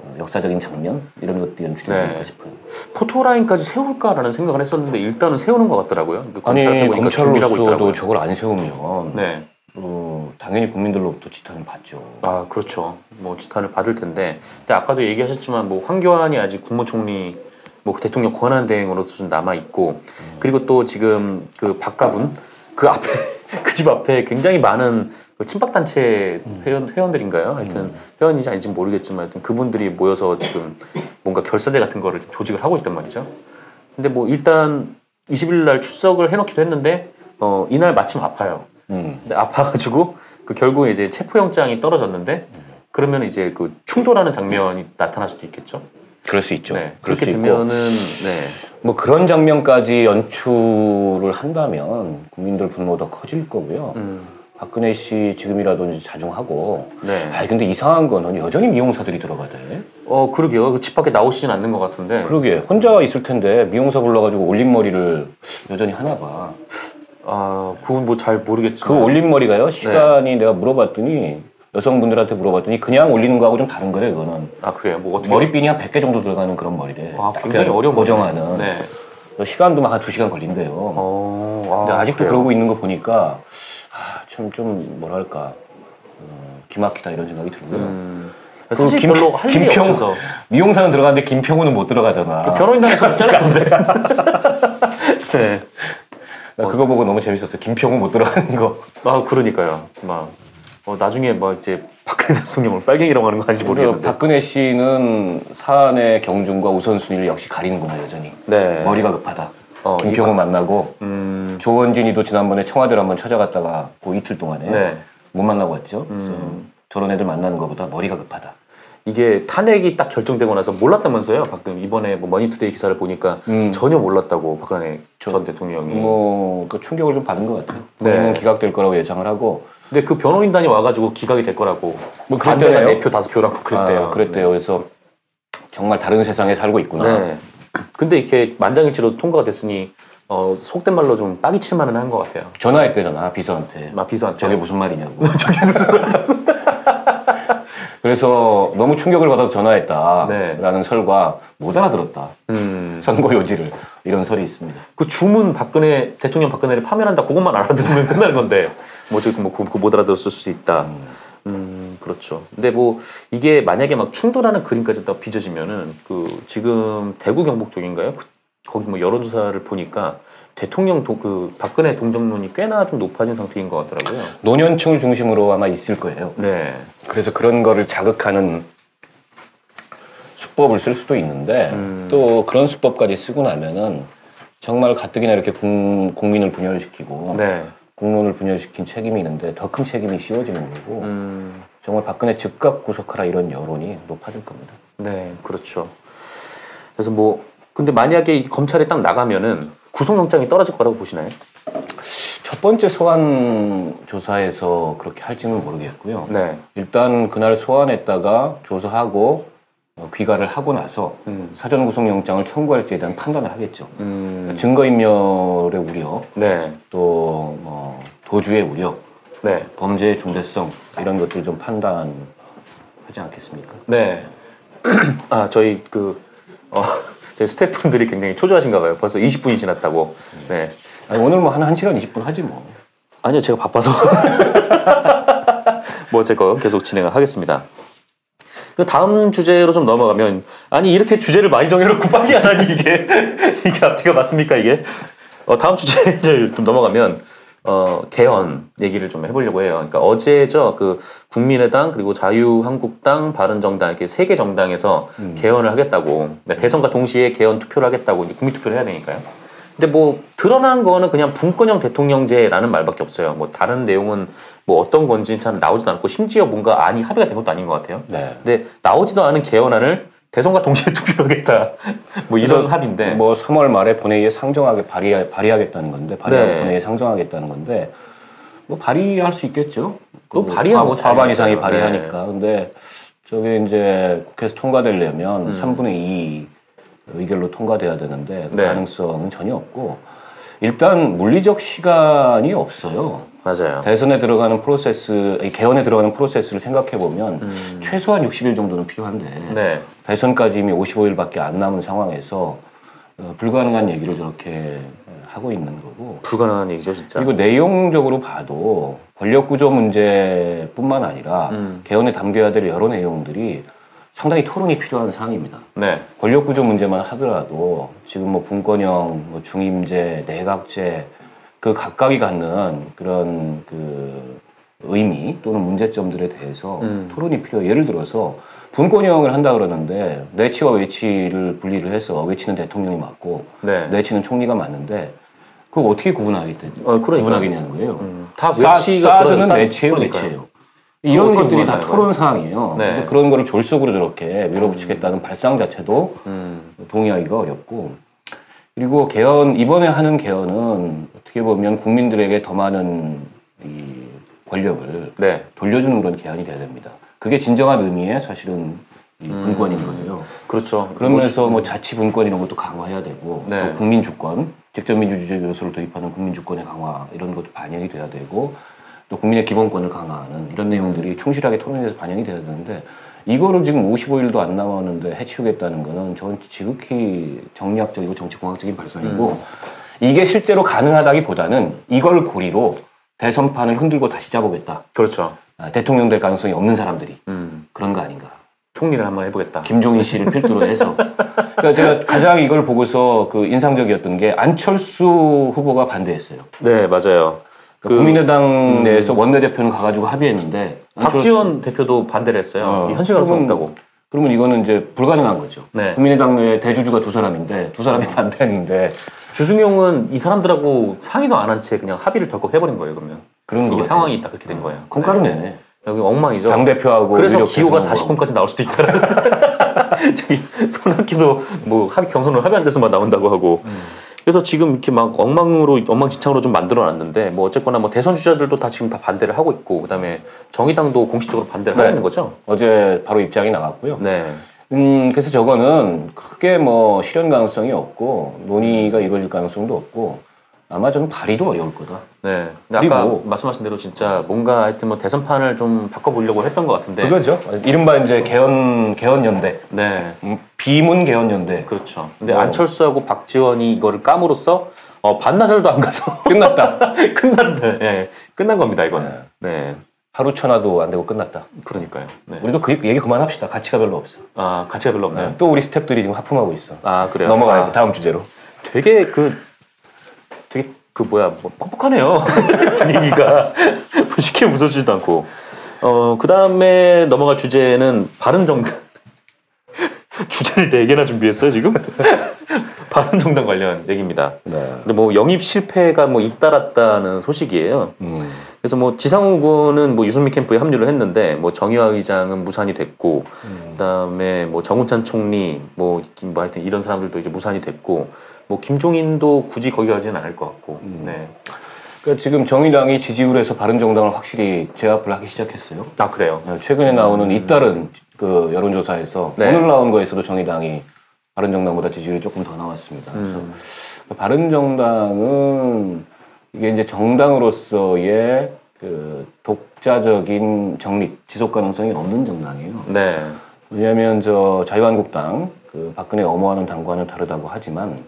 S2: 어, 역사적인 장면, 이런 것도 연출이
S1: 음. 네.
S2: 되지 않을까 싶어요.
S1: 포토라인까지 세울까라는 생각을 했었는데 일단은 세우는 것 더라고요. 그
S2: 아니,
S1: 검찰 보니까 준비하고 있더라고요.
S2: 검찰로서도 저걸 안 세우면,
S1: 네.
S2: 어, 당연히 국민들로부터 지탄을 받죠.
S1: 아 그렇죠. 뭐 지탄을 받을 텐데. 근데 아까도 얘기하셨지만 뭐 황교안이 아직 국무총리 뭐 대통령 권한 대행으로서 좀 남아 있고 그리고 또 지금 그 박가분 그 앞에 그 집 앞에 굉장히 많은 그 친박 단체 회원 회원들인가요? 하여튼 회원인지 아닌지 모르겠지만 하여튼 그분들이 모여서 지금 뭔가 결사대 같은 거를 좀 조직을 하고 있단 말이죠. 근데 뭐 일단 20일 날 출석을 해놓기도 했는데 어 이날 마침 아파요.
S2: 음.
S1: 근데 아파가지고 그 결국에 이제 체포영장이 떨어졌는데 그러면 이제 그 충돌하는 장면이 나타날 수도 있겠죠.
S2: 그럴 수 있죠.
S1: 네,
S2: 그럴
S1: 그렇게
S2: 수 있고.
S1: 되면은 네,
S2: 뭐 그런 장면까지 연출을 한다면 국민들 분노도 커질 거고요.
S1: 음,
S2: 박근혜 씨 지금이라도 이제 자중하고.
S1: 네.
S2: 아 근데 이상한 거는 여전히 미용사들이 들어가대.
S1: 어 그러게요. 그집 밖에 나오시진 않는 것 같은데.
S2: 그러게 혼자 있을 텐데 미용사 불러가지고 올림머리를 여전히 하나 봐.
S1: 아 그건 뭐 잘 모르겠지만.
S2: 그
S1: 네.
S2: 올림머리가요 시간이 내가 물어봤더니 여성분들한테 물어봤더니 그냥 올리는 거하고 좀 다른 거래 그거는
S1: 아 그래요. 뭐 어떻게?
S2: 머리핀이 한 100개 정도 들어가는 그런 머리래.
S1: 아
S2: 딱
S1: 굉장히
S2: 그
S1: 어려운
S2: 고정하는.
S1: 거네요. 네.
S2: 시간도 막 한 2시간 걸린대요.
S1: 어. 아,
S2: 근데 아직도
S1: 그래요?
S2: 그러고 있는 거 보니까 아, 참좀 좀 뭐랄까 어, 기막히다 이런 생각이 들고요.
S1: 음.
S2: 그
S1: 사실
S2: 김-
S1: 별로 할 일이
S2: 김평-
S1: 없어서
S2: 미용사는 들어가는데 김평호는 못 들어가잖아.
S1: 그 변호인단에서 잘랐던데. 네.
S2: 나 그거 보고 너무 재밌었어. 김평호 못 들어가는 거.
S1: 아 그러니까요. 막 어, 나중에 막 이제 박근혜 대통령을 빨갱이라고 하는 거 아닌지
S2: 그래서
S1: 모르겠는데.
S2: 박근혜 씨는 사안의 경중과 우선순위를 역시 가리는구나 여전히.
S1: 네.
S2: 머리가 급하다.
S1: 어,
S2: 김평호 만나고 네.
S1: 음.
S2: 조원진이도 지난번에 청와대를 한번 찾아갔다가 그 이틀 동안에
S1: 네. 음.
S2: 못 만나고 왔죠. 그래서 저런 애들 만나는 것보다 머리가 급하다.
S1: 이게 탄핵이 딱 결정되고 나서 몰랐다면서요. 박근 이번에 뭐 머니투데이 기사를 보니까
S2: 음.
S1: 전혀 몰랐다고 박근혜
S2: 저-
S1: 전 대통령이.
S2: 뭐그 충격을 좀 받은 것 같아요.
S1: 음. 네.
S2: 본인은 기각될 거라고 예상을 하고
S1: 근데 그 변호인단이 와가지고 기각이 될 거라고.
S2: 뭐
S1: 반대가
S2: 그랬대요.
S1: 네표 다섯 표라고 그랬대요.
S2: 아, 그랬대요. 그래서 정말 다른 세상에 살고 있구나.
S1: 네. 근데 이렇게 만장일치로 통과가 됐으니 어, 속된 말로 좀 따기 칠만은 한 것 같아요.
S2: 전화했대잖아 비서한테.
S1: 막 비서한테.
S2: 저게 무슨 말이냐고. 저게 무슨 그래서 너무 충격을 받아서
S1: 네.
S2: 전화했다라는 설과 못 알아들었다.
S1: 음.
S2: 선거 요지를 이런 설이 있습니다.
S1: 그 주문 박근혜 대통령 박근혜를 파면한다 그것만 알아들으면 끝나는 건데 뭐 어쨌든 뭐 그거 못 알아들었을 수도 있다. 음 그렇죠. 근데 뭐 이게 만약에 막 충돌하는 그림까지 다 빚어지면은 그 지금 대구 경북 쪽인가요? 그- 거기 뭐 여론조사를 보니까 대통령 도, 그 박근혜 동정론이 꽤나 좀 높아진 상태인 것 같더라고요.
S2: 노년층을 중심으로 아마 있을 거예요.
S1: 네.
S2: 그래서 그런 거를 자극하는 수법을 쓸 수도 있는데 또 그런 수법까지 쓰고 나면은 정말 가뜩이나 이렇게 국, 민을 분열시키고
S1: 네.
S2: 국론을 분열시킨 책임이 있는데 더 큰 책임이 씌워지는 거고
S1: 음.
S2: 정말 박근혜 즉각 구속하라 이런 여론이 높아질 겁니다.
S1: 네, 그렇죠. 그래서 뭐 근데 만약에 이 검찰이 딱 나가면은 구속영장이 떨어질 거라고 보시나요?
S2: 첫 번째 소환 조사에서 그렇게 할지는 모르겠고요.
S1: 네.
S2: 일단 그날 소환했다가 조사하고 어, 귀가를 하고 나서
S1: 음.
S2: 사전 구속영장을 청구할지에 대한 판단을 하겠죠.
S1: 음.
S2: 증거인멸의 우려,
S1: 네.
S2: 또 어, 도주의 우려,
S1: 네.
S2: 범죄의 중대성 이런 것들 좀 판단하지 않겠습니까?
S1: 네. 아 저희 그 어, 저희 스태프분들이 굉장히 초조하신가 봐요. 벌써 20분이 지났다고. 네.
S2: 아니, 오늘 뭐 한 1시간 20분 하지 뭐.
S1: 아니요 제가 바빠서 뭐 어쨌건 계속 진행을 하겠습니다. 그 다음 주제로 좀 넘어가면 아니 이렇게 주제를 많이 정해놓고 빨리 안 하니 이게 이게 앞뒤가 맞습니까 이게? 어, 다음 주제 이제 좀 넘어가면 어, 개헌 얘기를 좀 해보려고 해요. 그러니까 어제죠 그 국민의당 그리고 자유한국당, 바른정당 이렇게 세 개 정당에서 개헌을 하겠다고 네, 대선과 동시에 개헌 투표를 하겠다고 이제 국민 투표를 해야 되니까요. 근데 뭐 드러난 거는 그냥 분권형 대통령제라는 말밖에 없어요. 뭐 다른 내용은 뭐 어떤 건지 잘 나오지도 않고 심지어 뭔가 안이 합의가 된 것도 아닌 것 같아요.
S2: 네.
S1: 근데 나오지도 않은 개헌안을 대선과 동시에 투표하겠다. 뭐 이런
S2: 그래서
S1: 합의인데.
S2: 뭐 3월 말에 본회의에 상정하게 발의 발의하겠다는 건데 발의
S1: 네.
S2: 본회의에 상정하겠다는 건데 뭐 발의할 수 있겠죠.
S1: 그거
S2: 그
S1: 발의야
S2: 과-
S1: 뭐
S2: 과반
S1: 자유니까요. 네.
S2: 이상이 발의하니까. 근데 저게 이제 국회에서 통과되려면
S1: 음.
S2: 3분의 2 의결로 통과돼야 되는데 그
S1: 네.
S2: 가능성은 전혀 없고 일단 물리적 시간이 없어요.
S1: 맞아요.
S2: 대선에 들어가는 프로세스, 이 개헌에 들어가는 프로세스를 생각해 보면
S1: 음.
S2: 최소한 60일 정도는 필요한데
S1: 네.
S2: 대선까지 이미 55일밖에 안 남은 상황에서 어, 불가능한 얘기를 저렇게 하고 있는 거고
S1: 불가능한 얘기죠, 진짜.
S2: 그리고 내용적으로 봐도 권력구조 문제뿐만 아니라
S1: 음.
S2: 개헌에 담겨야 될 여러 내용들이 상당히 토론이 필요한 사항입니다.
S1: 네.
S2: 권력구조 문제만 하더라도 지금 뭐 분권형, 뭐 중임제, 내각제 그 각각이 갖는 그런 그 의미 또는 문제점들에 대해서
S1: 음.
S2: 토론이 필요해요. 예를 들어서 분권형을 한다 그러는데 내치와 외치를 분리를 해서 외치는 대통령이 맞고
S1: 네.
S2: 내치는 총리가 맞는데 그거 어떻게 구분하겠대?
S1: 어, 그러니까.
S2: 구분하겠냐는 거예요.
S1: 음, 다
S2: 사-
S1: 외치가
S2: 사드는
S1: 그런-
S2: 내체요,
S1: 그러니까요.
S2: 내체요. 이런
S1: 어떻게
S2: 것들이 다
S1: 구분하는
S2: 토론 사항이에요.
S1: 네.
S2: 근데 그런 거를 졸속으로 저렇게 밀어붙이겠다는 발상 자체도
S1: 음.
S2: 동의하기가 어렵고 그리고 개헌 이번에 하는 개헌은 어떻게 보면 국민들에게 더 많은 이 권력을
S1: 네.
S2: 돌려주는 그런 개헌이 돼야 됩니다. 그게 진정한 의미의 사실은 이
S1: 음.
S2: 분권인 거예요.
S1: 그렇죠.
S2: 그런 면에서 뭐 자치 분권 이런 것도 강화해야 되고
S1: 네.
S2: 또 국민 주권 직접 민주주의 요소를 도입하는 국민 주권의 강화 이런 것도 반영이 돼야 되고 또 국민의 기본권을 강화하는 이런 내용들이 충실하게 토론에서 반영이 돼야 되는데 이거를 지금 55일도 안 남았는데 해치우겠다는 거는 전 지극히 정략적이고 정치공학적인 발상이고
S1: 음.
S2: 이게 실제로 가능하다기보다는 이걸 고리로 대선판을 흔들고 다시 짜보겠다
S1: 그렇죠.
S2: 아, 대통령 될 가능성이 없는 사람들이
S1: 음.
S2: 그런 거 아닌가
S1: 총리를 한번 해보겠다.
S2: 김종인 씨를 필두로 해서. 그러니까 제가 가장 이걸 보고서 그 인상적이었던 게 안철수 후보가 반대했어요.
S1: 네, 맞아요.
S2: 그러니까 국민의당 내에서 원내대표는 가가지고 합의했는데. 안철수-
S1: 음. 박지원 대표도 반대를 했어요.
S2: 어.
S1: 이 현실 가능성
S2: 그러면-
S1: 없다고.
S2: 그러면 이거는 이제 불가능한 거죠.
S1: 네.
S2: 국민의당 내에 대주주가 두 사람인데 두 사람이 반대했는데
S1: 주승용은 이 사람들하고 상의도 안 한 채 그냥 합의를 덜컥 해버린 거예요, 그러면.
S2: 그런
S1: 이게
S2: 거
S1: 상황이 있다, 그렇게 된 거예요.
S2: 콩가루네. 네.
S1: 여기 엉망이죠.
S2: 당 대표하고 뭐
S1: 그래서 기호가 40번까지 나올 수도 있다라는. 저기 손학규도 뭐 합의 경선으로 합의 안 돼서만 나온다고 하고.
S2: 음.
S1: 그래서 지금 이렇게 막 엉망으로 엉망진창으로 좀 만들어놨는데 뭐 어쨌거나 뭐 대선 주자들도 다 지금 다 반대를 하고 있고 그다음에 정의당도 공식적으로 반대를
S2: 네.
S1: 하고 있는 거죠.
S2: 어제 바로 입장이 나갔고요.
S1: 네.
S2: 음, 그래서 저거는 크게 뭐 실현 가능성이 없고 논의가 이루어질 가능성도 없고 아마 저는 발의도 어려울 거다.
S1: 네. 근데 아까
S2: 그리고-
S1: 말씀하신 대로 진짜 뭔가 하여튼 뭐 대선판을 좀 바꿔보려고 했던 것 같은데.
S2: 그거죠. 이른바 이제 개헌 개헌 연대,
S1: 네.
S2: 음, 비문 개헌 연대
S1: 그렇죠. 근데
S2: 어.
S1: 안철수하고 박지원이 이거를 까므로써 어, 반나절도 안 가서
S2: 끝났다.
S1: 끝났네. 네. 끝난 겁니다 이거는. 네.
S2: 하루 천화도 안 되고 끝났다.
S1: 그러니까요. 네.
S2: 우리도 그 얘기 그만합시다. 가치가 별로 없어.
S1: 아 가치가 별로 없나요?
S2: 또 우리 스탭들이 지금 하품하고 있어.
S1: 아 그래요.
S2: 네. 넘어가야 돼.
S1: 아,
S2: 다음 주제로.
S1: 되게 그 되게 그 뭐야 뭐 뻑뻑하네요 분위기가 쉽게 웃어주지도 않고. 어그 다음에 넘어갈 주제는 바른 정당 주제를 네 개나 준비했어요 지금. 바른 정당 관련 얘기입니다.
S2: 네.
S1: 근데 뭐 영입 실패가 뭐 잇따랐다는 소식이에요.
S2: 음.
S1: 그래서 뭐 지상우 군은 뭐 유승민 캠프에 합류를 했는데 뭐 정의화 의장은 무산이 됐고 그다음에 뭐 정우찬 총리 뭐, 김- 뭐 하여튼 이런 사람들도 이제 무산이 됐고 뭐 김종인도 굳이 거기 가지는 않을 것 같고
S2: 음.
S1: 네.
S2: 그러니까 지금 정의당이 지지율에서 바른정당을 확실히 제압을 하기 시작했어요.
S1: 아 그래요.
S2: 네, 최근에 나오는 잇따른 그 여론조사에서
S1: 네.
S2: 오늘 나온 거에서도 정의당이 바른정당보다 지지율이 조금 더 나왔습니다. 그래서 바른정당은 이게 이제 정당으로서의 그 독자적인 정립, 지속 가능성이 없는 정당이에요.
S1: 네.
S2: 왜냐하면 저 자유한국당 그 박근혜 엄호하는 당과는 다르다고 하지만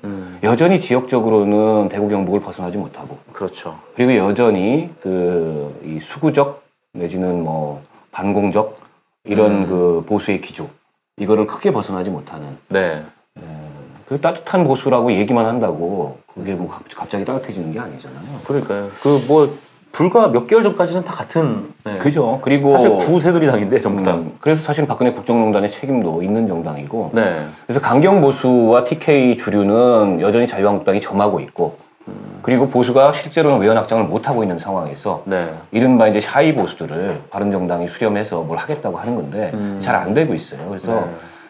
S2: 여전히 지역적으로는 대구 경북을 벗어나지 못하고
S1: 그렇죠.
S2: 그리고 여전히 그 이 수구적 내지는 뭐 반공적
S1: 음.
S2: 이런 그 보수의 기조 이거를 크게 벗어나지 못하는
S1: 네.
S2: 음, 그 따뜻한 보수라고 얘기만 한다고 그게 뭐 갑- 갑자기 따뜻해지는 게 아니잖아요.
S1: 그러니까요. 그 뭐 불과 몇 개월 전까지는 다 같은 네.
S2: 그죠. 그리고
S1: 사실 구새누리당인데 전부 다.
S2: 음, 그래서 사실 박근혜 국정농단의 책임도 있는 정당이고
S1: 네.
S2: 그래서 강경 보수와 TK 주류는 여전히 자유한국당이 점하고 있고
S1: 음.
S2: 그리고 보수가 실제로는 외연 확장을 못 하고 있는 상황에서
S1: 네.
S2: 이른바 이제 샤이 보수들을 바른정당이 수렴해서 뭘 하겠다고 하는 건데
S1: 음.
S2: 잘 안 되고 있어요. 그래서
S1: 네.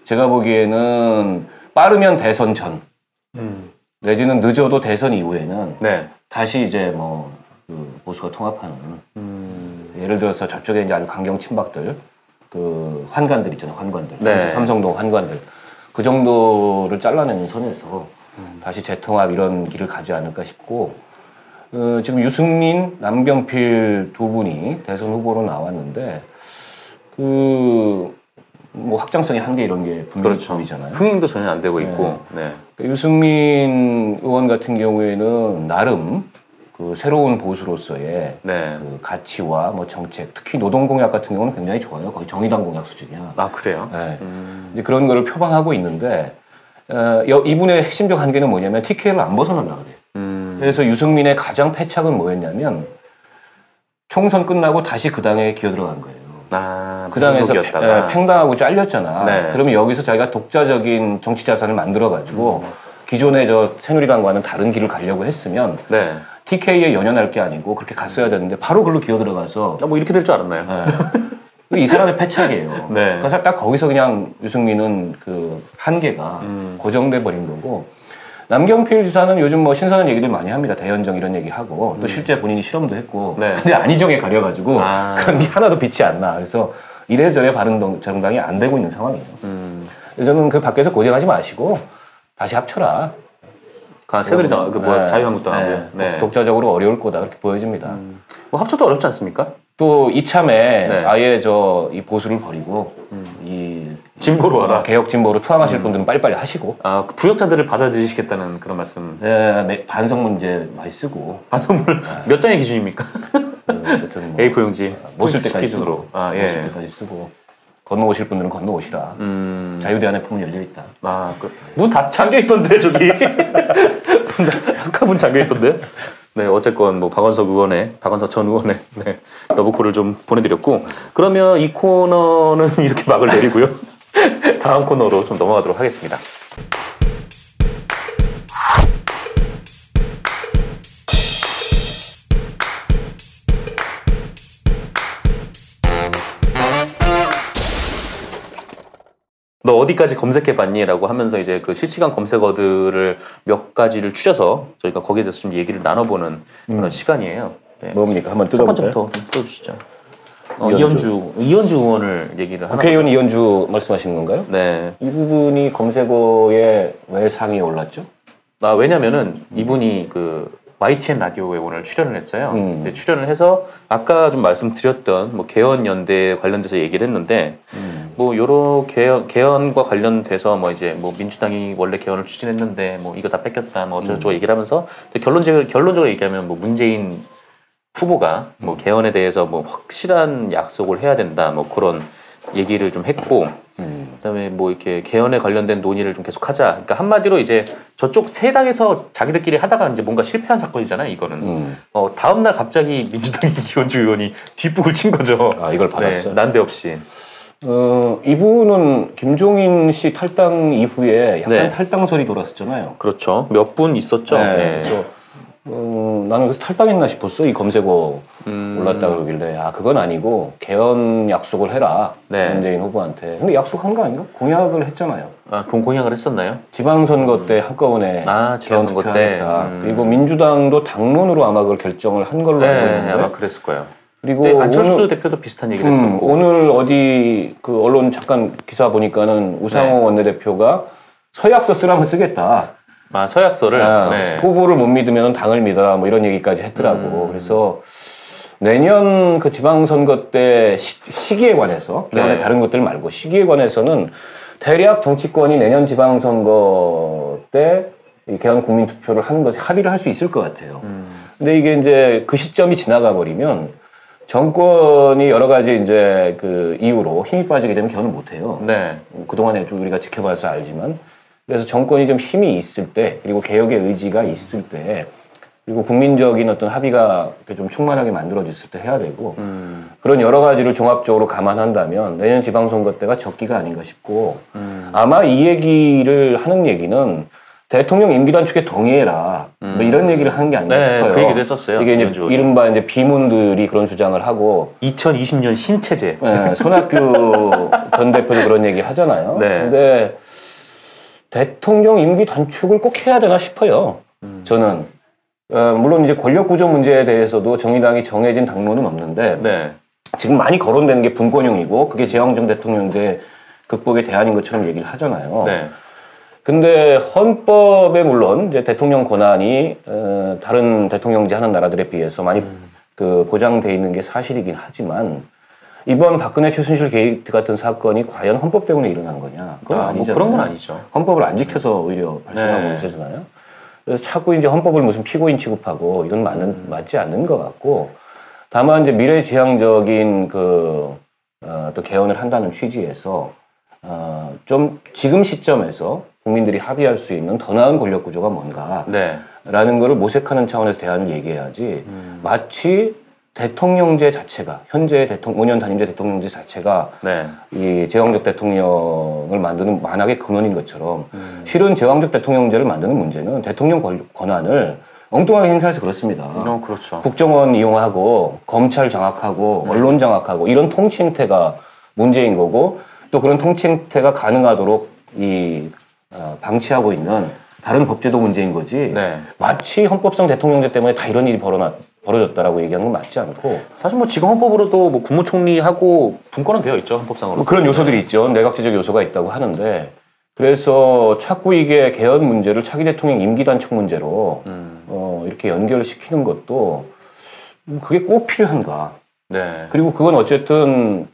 S2: 제가 보기에는 빠르면 대선 전
S1: 음.
S2: 내지는 늦어도 대선 이후에는
S1: 네.
S2: 다시 이제 뭐그 보수가 통합하는
S1: 음.
S2: 예를 들어서 저쪽에 이제 아주 강경 친박들 그 환관들 있잖아요 환관들
S1: 네.
S2: 삼성- 삼성동 환관들 그 정도를 잘라내는 선에서
S1: 음.
S2: 다시 재통합 이런 길을 가지 않을까 싶고 어, 지금 유승민 남경필 두 분이 대선 후보로 나왔는데 그 뭐 확장성의 한계 이런 게 분명히
S1: 그렇죠.
S2: 보이잖아요.
S1: 흥행도 전혀 안 되고 있고. 네.
S2: 그러니까 유승민 의원 같은 경우에는 나름 그 새로운 보수로서의
S1: 네.
S2: 그 가치와 뭐 정책, 특히 노동 공약 같은 경우는 굉장히 좋아요. 거의 정의당 공약 수준이야.
S1: 아 그래요.
S2: 네.
S1: 음.
S2: 이제 그런 거를 표방하고 있는데 어, 여- 이분의 핵심적 한계는 뭐냐면 TK를 안 벗어난다 그래요.
S1: 음.
S2: 그래서 유승민의 가장 패착은 뭐였냐면 총선 끝나고 다시 그 당에 기어 들어간 거예요.
S1: 아,
S2: 그 당에서 패-
S1: 무소속이었다가.
S2: 예, 팽당하고 잘렸잖아.
S1: 네.
S2: 그러면 여기서 자기가 독자적인 정치 자산을 만들어가지고
S1: 음.
S2: 기존의 저 새누리당과는 다른 길을 가려고 했으면
S1: 네.
S2: TK에 연연할 게 아니고 그렇게 갔어야 되는데 바로 글로 기어 들어가서
S1: 아, 뭐 이렇게 될 줄 알았나요?
S2: 네. 이 사람의 패착이에요.
S1: 네.
S2: 그래서 딱 거기서 그냥 유승민은 그 한계가
S1: 음.
S2: 고정돼 버린 거고 남경필 지사는 요즘 뭐 신선한 얘기들 많이 합니다. 대연정 이런 얘기 하고 또 실제 본인이 실험도 했고
S1: 음. 네.
S2: 근데 안희정에 가려가지고
S1: 아.
S2: 그런 게 하나도 빛이 안 나. 그래서 이래저래 바른 정당이 안 되고 있는 상황이에요.
S1: 음.
S2: 그래서 저는 그 밖에서 고생하지 마시고 다시 합쳐라.
S1: 아, 새누리당, 그 뭐야,
S2: 네.
S1: 자유한국당하고.
S2: 네.
S1: 네.
S2: 독자적으로 어려울 거다 그렇게 보여집니다.
S1: 뭐 합쳐도 어렵지 않습니까?
S2: 또 이참에
S1: 네.
S2: 아예 저 이 보수를 버리고 이 아,
S1: 진보로 와라.
S2: 개혁 진보로 투항하실 분들은 빨리빨리 하시고
S1: 아, 그 부역자들을 받아들이시겠다는 그런 말씀.
S2: 네, 매- 반성 문제 많이 쓰고
S1: 반성물 몇 장의 기준입니까?
S2: 그 어쨌든 뭐
S1: A4 용지.
S2: 못쓸 때까지 쓰고
S1: 아, 기준으로. 아,
S2: 못 쓸
S1: 예.
S2: 때까지 쓰고 건너 오실 분들은 건너 오시라
S1: 음.
S2: 자유대안의 품은 열려 있다.
S1: 아, 그, 문 다 잠겨 있던데 저기. 문 잠- 아까 문 잠겨 있던데. 네, 어쨌건 뭐 박원석 의원의 박원석 전 의원의 네, 러브콜을 좀 보내드렸고 그러면 이 코너는 이렇게 막을 내리고요. 다음 코너로 좀 넘어가도록 하겠습니다. 너 어디까지 검색해봤니? 라고 하면서 이제 그 실시간 검색어들을 몇 가지를 추려서 저희가 거기에 대해서 좀 얘기를 나눠보는 그런 시간이에요. 네.
S2: 뭡니까? 한번
S1: 첫 번째부터 좀 뜯어주시죠. 어, 이현주.
S2: 이현주.
S1: 이현주 의원을 얘기를 하나.
S2: 국회의원 이현주 말씀하시는 건가요?
S1: 네.
S2: 이 부분이 검색어에 왜 상위에 올랐죠?
S1: 아, 왜냐면은 이분이 그 YTN 라디오에 오늘 출연을 했어요.
S2: 음.
S1: 근데 출연을 해서 아까 좀 말씀드렸던 뭐 개헌 연대 관련돼서 얘기를 했는데 뭐 요런 개헌, 개헌과 관련돼서 뭐 이제 뭐 민주당이 원래 개헌을 추진했는데 뭐 이거 다 뺏겼다 뭐 어쩌고저쩌고 얘기를 하면서 근데 결론적으로 결론적으로 얘기하면 뭐 문재인 후보가
S2: 음.
S1: 뭐 개헌에 대해서 뭐 확실한 약속을 해야 된다 뭐 그런 얘기를 좀 했고 그다음에 뭐 이렇게 개헌에 관련된 논의를 좀 계속하자. 그러니까 한마디로 이제 저쪽 세 당에서 자기들끼리 하다가 이제 뭔가 실패한 사건이잖아요. 이거는
S2: 음.
S1: 어 다음 날 갑자기 민주당 이원주 의원이 뒷북을 친 거죠.
S2: 아 이걸
S1: 네,
S2: 받았어요.
S1: 난데없이.
S2: 어, 이분은 김종인 씨 탈당 이후에 약간
S1: 네.
S2: 탈당 설이 돌았었잖아요.
S1: 그렇죠. 몇 분 있었죠. 네.
S2: 그래서 어, 나는 그래서 탈당했나 싶었어. 이 검색어
S1: 음.
S2: 올랐다 그러길래 아 그건 아니고 개헌 약속을 해라
S1: 네.
S2: 문재인 후보한테. 근데 약속한 거 아닌가? 공약을 했잖아요.
S1: 아, 공- 공약을 했었나요?
S2: 지방선거 때 한꺼번에
S1: 음. 아, 지방선거
S2: 네. 개헌
S1: 때.
S2: 투표하겠다.
S1: 음.
S2: 그리고 민주당도 당론으로 아마 그걸 결정을 한 걸로 알고
S1: 네,
S2: 있는데.
S1: 아마 그랬을 거예요.
S2: 그리고
S1: 근데 안철수
S2: 오늘-
S1: 대표도 비슷한 얘기를
S2: 음,
S1: 했었고.
S2: 오늘 어디 그 언론 잠깐 기사 보니까는 우상호
S1: 네.
S2: 원내대표가 서약서 쓰라면 쓰겠다.
S1: 아, 서약서를
S2: 아,
S1: 네.
S2: 후보를 못 믿으면 당을 믿어라 뭐 이런 얘기까지
S1: 음.
S2: 했더라고. 그래서 내년 그 지방선거 때 시, 기에 관해서
S1: 네.
S2: 개헌의 다른 것들 말고 시기에 관해서는 대략 정치권이 내년 지방선거 때이 개헌 국민 투표를 하는 것에 합의를 할 수 있을 것 같아요.
S1: 음.
S2: 근데 이게 이제 그 시점이 지나가 버리면 정권이 여러 가지 이제 그 이유로 힘이 빠지게 되면 개헌을 못 해요.
S1: 네.
S2: 그동안에 좀 우리가 지켜봐서 알지만 그래서 정권이 좀 힘이 있을 때 그리고 개혁의 의지가 있을 때 그리고 국민적인 어떤 합의가 이렇게 좀 충만하게 만들어졌을 때 해야 되고
S1: 음.
S2: 그런 여러 가지를 종합적으로 감안한다면 내년 지방선거 때가 적기가 아닌가 싶고
S1: 음.
S2: 아마 이 얘기를 하는 얘기는 대통령 임기 단축에 동의해라 뭐 이런 얘기를 하는 게 아닌가
S1: 네,
S2: 싶어요.
S1: 그 얘기도 했었어요.
S2: 이게 이제
S1: 이현주 의원.
S2: 이른바 이제 비문들이 그런 주장을 하고
S1: 2020년 신체제.
S2: 예, 손학규 전 대표도 그런 얘기 하잖아요.
S1: 네.
S2: 근데 대통령 임기 단축을 꼭 해야 되나 싶어요.
S1: 음.
S2: 저는 어, 물론 이제 권력 구조 문제에 대해서도 정의당이 정해진 당론은 없는데
S1: 네.
S2: 지금 많이 거론되는 게 분권형이고 그게 재왕정 대통령제 극복의 대안인 것처럼 얘기를 하잖아요.
S1: 네.
S2: 근데 헌법에 물론 이제 대통령 권한이 어, 다른 대통령제 하는 나라들에 비해서 많이
S1: 음.
S2: 그 보장돼 있는 게 사실이긴 하지만 이번 박근혜 최순실 게이트 같은 사건이 과연 헌법 때문에 일어난 거냐? 그건
S1: 아, 뭐
S2: 아니잖아요.
S1: 그런 건 아니죠.
S2: 헌법을 안 지켜서 오히려 발생하고
S1: 네.
S2: 있었잖아요. 그래서 자꾸 이제 헌법을 무슨 피고인 취급하고 이건 맞는, 맞지 않는 것 같고 다만 이제 미래지향적인 그 어, 또 개헌을 한다는 취지에서 어, 좀 지금 시점에서 국민들이 합의할 수 있는 더 나은 권력 구조가 뭔가
S1: 네.
S2: 라는 거를 모색하는 차원에서 대안을 얘기해야지 마치 대통령제 자체가 현재 대통령 5년 단임제 대통령제 자체가
S1: 네.
S2: 이 제왕적 대통령을 만드는 만악의 근원인 것처럼 실은 제왕적 대통령제를 만드는 문제는 대통령 권- 권한을 엉뚱하게 행사해서 그렇습니다.
S1: 어,
S2: 뭐
S1: 그렇죠.
S2: 국정원 이용하고 검찰 장악하고 언론 장악하고 이런 통치 행태가 문제인 거고 또 그런 통치 행태가 가능하도록 이 어, 방치하고 있는 다른 법제도 문제인 거지
S1: 네.
S2: 마치 헌법상 대통령제 때문에 다 이런 일이 벌어나, 벌어졌다라고 얘기하는 건 맞지 않고
S1: 사실 뭐 지금 헌법으로도 뭐 국무총리하고 분권은 되어 있죠 헌법상으로.
S2: 뭐 그런 요소들이 있죠. 내각제적 요소가 있다고 하는데 그래서 자꾸 이게 개헌 문제를 차기 대통령 임기 단축 문제로
S1: 음.
S2: 어, 이렇게 연결시키는 것도 그게 꼭 필요한가?
S1: 네.
S2: 그리고 그건 어쨌든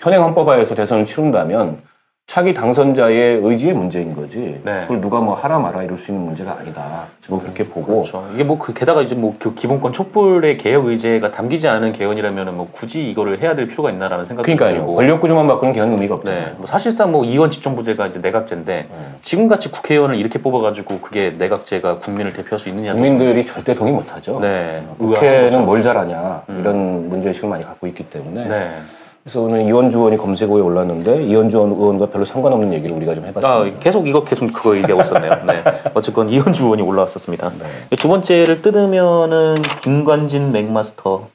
S2: 현행 헌법하에서 대선을 치른다면 차기 당선자의 의지의 문제인 거지.
S1: 네.
S2: 그걸 누가 뭐 하라 마라 이럴 수 있는 문제가 아니다. 저는 그렇게 보고
S1: 그렇죠. 이게 뭐 그 게다가 이제 뭐 그 기본권 촛불의 개혁 의제가 담기지 않은 개헌이라면은 뭐 굳이 이거를 해야 될 필요가 있나라는 생각도
S2: 그러니까요 그렇죠.
S1: 들고.
S2: 권력 구조만 바꾸는 개헌 의미가
S1: 네.
S2: 없잖아요.
S1: 뭐 사실상 뭐 이원 집정부제가 이제 내각제인데
S2: 네.
S1: 지금같이 국회의원을 이렇게 뽑아가지고 그게 내각제가 국민을 대표할 수 있느냐.
S2: 국민들이 절대 동의 못하죠.
S1: 네. 의아한 거죠. 음.
S2: 음. 국회는 뭐 뭘 잘하냐 이런 문제의식을 많이 갖고 있기 때문에
S1: 네.
S2: 그래서 오늘 이원주 의원이 검색어에 올랐는데 이원주 의원과 별로 상관없는 얘기를 우리가 좀 해봤습니다.
S1: 아, 계속 이거 계속 그거 얘기하고 있었네요. 네. 어쨌건 이현주 의원이 올라왔었습니다. 두 번째를 뜯으면은 김관진 맥마스터.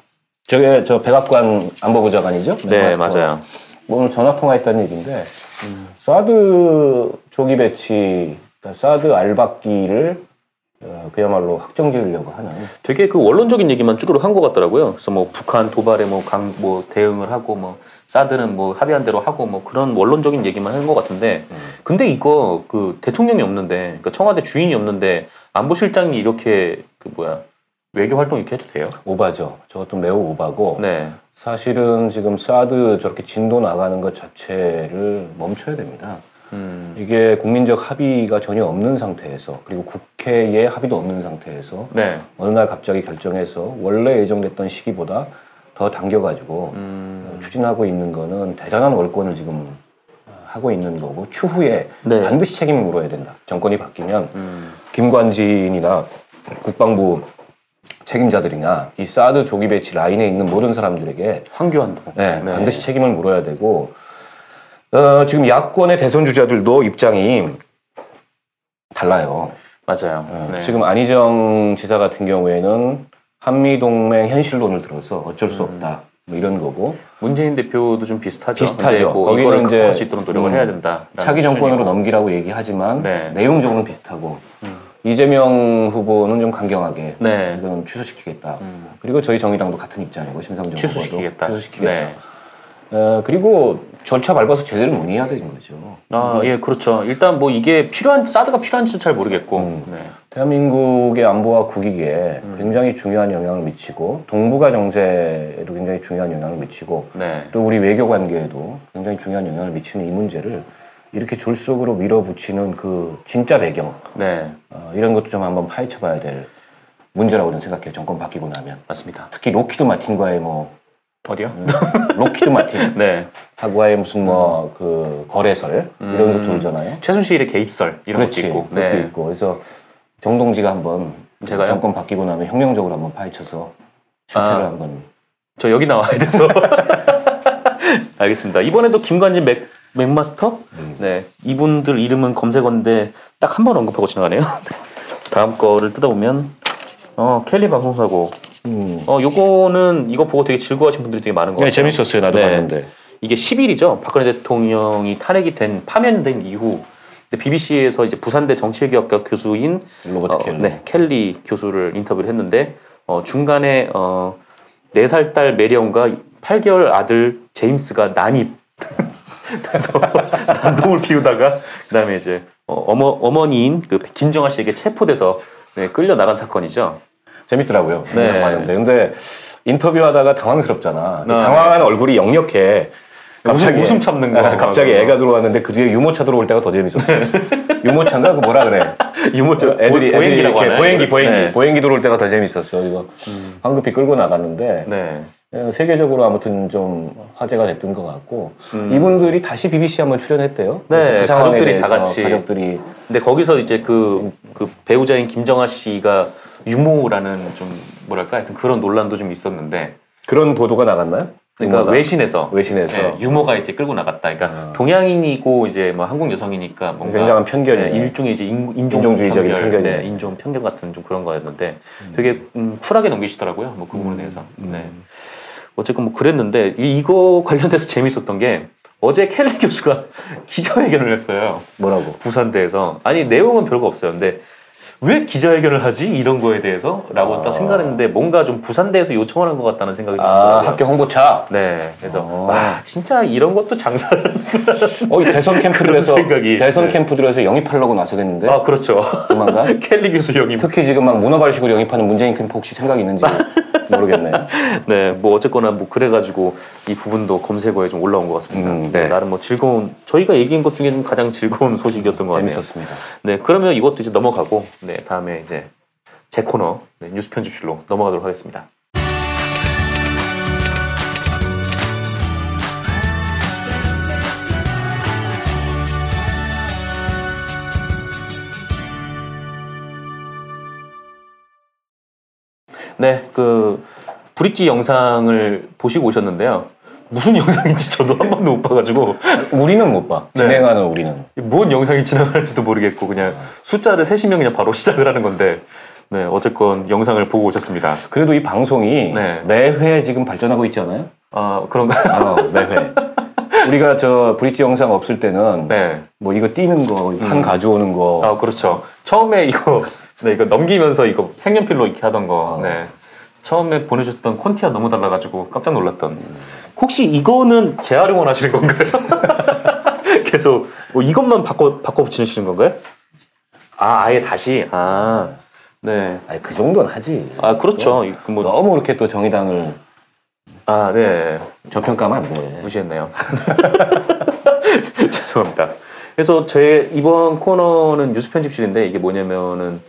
S2: 저게 저 백악관 안보부장관이죠?
S1: 네,
S2: 마스터.
S1: 맞아요.
S2: 오늘 전화 통화했다는 얘기인데 사드 조기 배치, 그러니까 사드 알박기를 어, 그야말로 확정지으려고 하는
S1: 되게 그 원론적인 얘기만 쭈루루 한 것 같더라고요. 그래서 뭐 북한 도발에 뭐 강 뭐 대응을 하고 뭐 사드는 뭐 합의한 대로 하고 뭐 그런 원론적인 얘기만 하는 것 같은데, 근데 이거 그 대통령이 없는데, 그러니까 청와대 주인이 없는데 안보실장이 이렇게 그 뭐야 외교 활동 이렇게 해도 돼요?
S2: 오바죠. 저것도 매우 오바고
S1: 네,
S2: 사실은 지금 사드 저렇게 진도 나가는 것 자체를 멈춰야 됩니다.
S1: 음,
S2: 이게 국민적 합의가 전혀 없는 상태에서 그리고 국회의 합의도 없는 상태에서
S1: 네,
S2: 어느 날 갑자기 결정해서 원래 예정됐던 시기보다 더 당겨가지고
S1: 음,
S2: 어, 추진하고 있는 거는 대단한 월권을 지금 어, 하고 있는 거고 추후에
S1: 네.
S2: 반드시 책임을 물어야 된다. 정권이 바뀌면
S1: 음,
S2: 김관진이나 국방부 책임자들이나 이 사드 조기 배치 라인에 있는 모든 사람들에게
S1: 황교안도
S2: 네, 반드시 책임을 물어야 되고 어, 지금 야권의 대선 주자들도 입장이 달라요.
S1: 맞아요.
S2: 어,
S1: 네.
S2: 지금 안희정 지사 같은 경우에는 한미 동맹 현실론을 들어서 어쩔
S1: 음.
S2: 수 없다 뭐 이런 거고
S1: 문재인 대표도 좀 비슷하죠.
S2: 비슷하죠.
S1: 근데 뭐
S2: 거기는
S1: 이거를
S2: 이제,
S1: 극복할 수 있도록 노력을
S2: 음,
S1: 해야 된다.
S2: 차기 정권으로 넘기라고 얘기하지만
S1: 네. 음.
S2: 내용적으로는 비슷하고 이재명 후보는 좀 강경하게
S1: 네. 음.
S2: 이건 취소시키겠다. 그리고 저희 정의당도 같은 입장이고 심상정
S1: 취소시키겠다.
S2: 후보도 취소시키겠다.
S1: 네.
S2: 어, 그리고 절차 밟아서 제대로 논의해야 되는 거죠.
S1: 아, 예, 그렇죠. 일단 뭐 이게 필요한 사드가 필요한지도 잘 모르겠고.
S2: 음.
S1: 네.
S2: 대한민국의 안보와 국익에
S1: 음.
S2: 굉장히 중요한 영향을 미치고 동북아 정세에도 굉장히 중요한 영향을 미치고
S1: 네.
S2: 또 우리 외교 관계에도 굉장히 중요한 영향을 미치는 이 문제를 이렇게 졸속으로 밀어붙이는 그 진짜 배경
S1: 네.
S2: 어, 이런 것도 좀 한번 파헤쳐봐야 될 문제라고 저는 생각해요. 정권 바뀌고 나면
S1: 맞습니다.
S2: 특히 로키드 마틴과의 뭐
S1: 어디요?
S2: 로키드 마틴,
S1: 네.
S2: 하고의 무슨
S1: 음.
S2: 뭐 그 거래설 이런 것도 돌잖아요.
S1: 최순실의 개입설 음. 이런 것도 있고. 네.
S2: 그것도 있고. 그래서 정동지가 한번
S1: 제가요?
S2: 정권 바뀌고 나면 혁명적으로 한번 파헤쳐서 실체를
S1: 아.
S2: 한번
S1: 저 여기 나와야 돼서. 알겠습니다. 이번에도 김관진 맥, 맥마스터? 네. 이분들 이름은 검색어인데 딱 한 번 언급하고 지나가네요. 다음 거를 뜯어보면, 어, 켈리 방송사고.
S2: 음.
S1: 어, 요거는 이거 보고 되게 즐거워하신 분들이 되게 많은 것 같아요.
S2: 재밌었어요. 나도
S1: 네.
S2: 봤는데.
S1: 이게 10일이죠. 박근혜 대통령이 탄핵이 된, 파면된 이후. BBC에서 이제 부산대 정치외교학과 교수인
S2: 로버트
S1: 어,
S2: 켈리.
S1: 네, 켈리 교수를 인터뷰를 했는데 어, 중간에 어, 4살 딸 메리엄과 8개월 아들 제임스가 난입 그래서 난동을 피우다가 그다음에 이제 어, 어머 어머니인 그 김정아 씨에게 체포돼서 네, 끌려 나간 사건이죠.
S2: 재밌더라고요.
S1: 네.
S2: 그냥 봤는데. 근데 인터뷰하다가 당황스럽잖아.
S1: 네.
S2: 당황한 얼굴이 역력해. 갑자기
S1: 웃음- 웃음 참는 거.
S2: 아, 갑자기 애가 들어왔는데 그 뒤에 유모차 들어올 때가 더 재밌었어. 유모차인가 그 뭐라 그래. 어,
S1: 유모차
S2: 애들이
S1: 보-
S2: 애들이
S1: 보행기라고
S2: 이렇게
S1: 하나요?
S2: 보행기 보행기
S1: 네. 음.
S2: 보행기 들어올 때가 더 재밌었어. 그래서 황급히 끌고 나갔는데
S1: 네.
S2: 어, 세계적으로 아무튼 좀 화제가 됐던 것 같고 이분들이 다시 BBC 한번 출연했대요. 그래서
S1: 음. 네,
S2: 상황에
S1: 가족들이 다
S2: 대해서
S1: 같이.
S2: 가족들이
S1: 근데 거기서 이제 그, 그 배우자인 김정아 씨가 유모라는 좀 뭐랄까 하여튼 그런 논란도 좀 있었는데
S2: 그런 보도가 나갔나요?
S1: 그러니까
S2: 유머가?
S1: 외신에서
S2: 외신에서 아.
S1: 예, 유머가 이제 끌고 나갔다. 그러니까 동양인이고 이제 뭐 한국 여성이니까 뭔가
S2: 굉장한 편견이네.
S1: 예, 일종의 이제 인, 인종
S2: 인종주의적인
S1: 편견,
S2: 편견이네.
S1: 네, 인종 편견 같은 좀 그런 거였는데 되게 음, 쿨하게 넘기시더라고요. 뭐 그
S2: 음.
S1: 부분에 대해서. 네. 어쨌건 뭐 그랬는데 이, 이거 관련돼서 재밌었던 게 어제 켈리 교수가 기자회견을 했어요.
S2: 뭐라고?
S1: 부산대에서 아니 내용은 별거 없어요. 근데 왜 기자회견을 하지 이런 거에 대해서라고
S2: 아.
S1: 딱 생각했는데 뭔가 좀 부산대에서 요청하는 것 같다는 생각이
S2: 아
S1: 들더라고요.
S2: 학교 홍보차.
S1: 네, 그래서
S2: 어.
S1: 와 진짜 이런 것도 장사를
S2: 어, 이 대선 캠프들에서
S1: 그런 생각이.
S2: 대선
S1: 네.
S2: 캠프들에서 영입하려고 나서겠는데
S1: 아 그렇죠.
S2: 조만간
S1: 켈리 교수 영입.
S2: 특히 지금 막 문어발식으로 영입하는 문재인 캠프 혹시 생각 있는지 모르겠네요.
S1: 네, 뭐 어쨌거나 뭐 그래가지고 이 부분도 검색어에 좀 올라온 것 같습니다.
S2: 음, 네.
S1: 나름 뭐 즐거운 저희가 얘기한 것 중에는 가장 즐거운 소식이었던 것 같아요.
S2: 재밌었습니다.
S1: 네, 그러면 이것도 이제 넘어가고 네 다음에 이제 제 코너 네, 뉴스 편집실로 넘어가도록 하겠습니다. 네, 그 브릿지 영상을 보시고 오셨는데요. 무슨 영상인지 저도 한 번도 못 봐가지고
S2: 우리는 못 봐.
S1: 네.
S2: 진행하는 우리는.
S1: 뭔 영상이 지나가는지도 모르겠고 그냥 숫자를 세시면 그냥 바로 시작을 하는 건데 네 어쨌건 영상을 보고 오셨습니다.
S2: 그래도 이 방송이
S1: 네.
S2: 매회 지금 발전하고 있지 않아요?
S1: 아 그런가?
S2: 어, 매회. 우리가 저 브릿지 영상 없을 때는
S1: 네. 음.
S2: 뭐 이거 뛰는 거, 판 가져오는 거.
S1: 아 그렇죠. 처음에 이거 네 이거 넘기면서 이거 색연필로 이렇게 하던 거. 네. 처음에 보내줬던 콘티와 너무 달라가지고 깜짝 놀랐던. 혹시 이거는 재활용을 하시는 건가요? 계속 뭐 이것만 바꿔 바꿔 붙이시는 건가요? 아 아예 다시 아 네.
S2: 아니 그 정도는 하지.
S1: 아 그렇죠. 뭐
S2: 너무 이렇게 또 정의당을
S1: 아 네.
S2: 저평가하면 안 돼.
S1: 무시했나요? 죄송합니다. 그래서 제 이번 코너는 뉴스 편집실인데 이게 뭐냐면은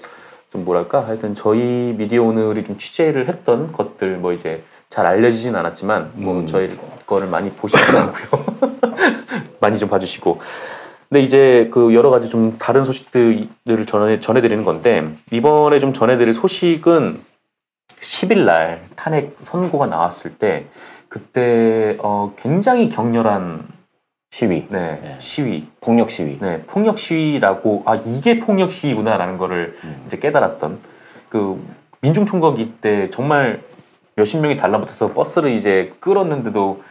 S1: 좀 뭐랄까 하여튼 저희 미디어 오늘이 좀 취재를 했던 것들 뭐 이제 잘 알려지진 않았지만 뭐 저희 거를 많이 보시지 않고요 많이 좀 봐주시고 근데 이제 그 여러 가지 좀 다른 소식들을 전해 전해드리는 건데 이번에 좀 전해드릴 소식은 10일 날 탄핵 선고가 나왔을 때 그때 어, 굉장히 격렬한
S2: 시위,
S1: 네,
S2: 네.
S1: 시위,
S2: 폭력 시위.
S1: 네, 폭력 시위라고 아 이게 폭력 시위구나라는 거를
S2: 음.
S1: 이제 깨달았던 그 민중 총궐기 때 정말 몇십 명이 달라붙어서 버스를 이제 끌었는데도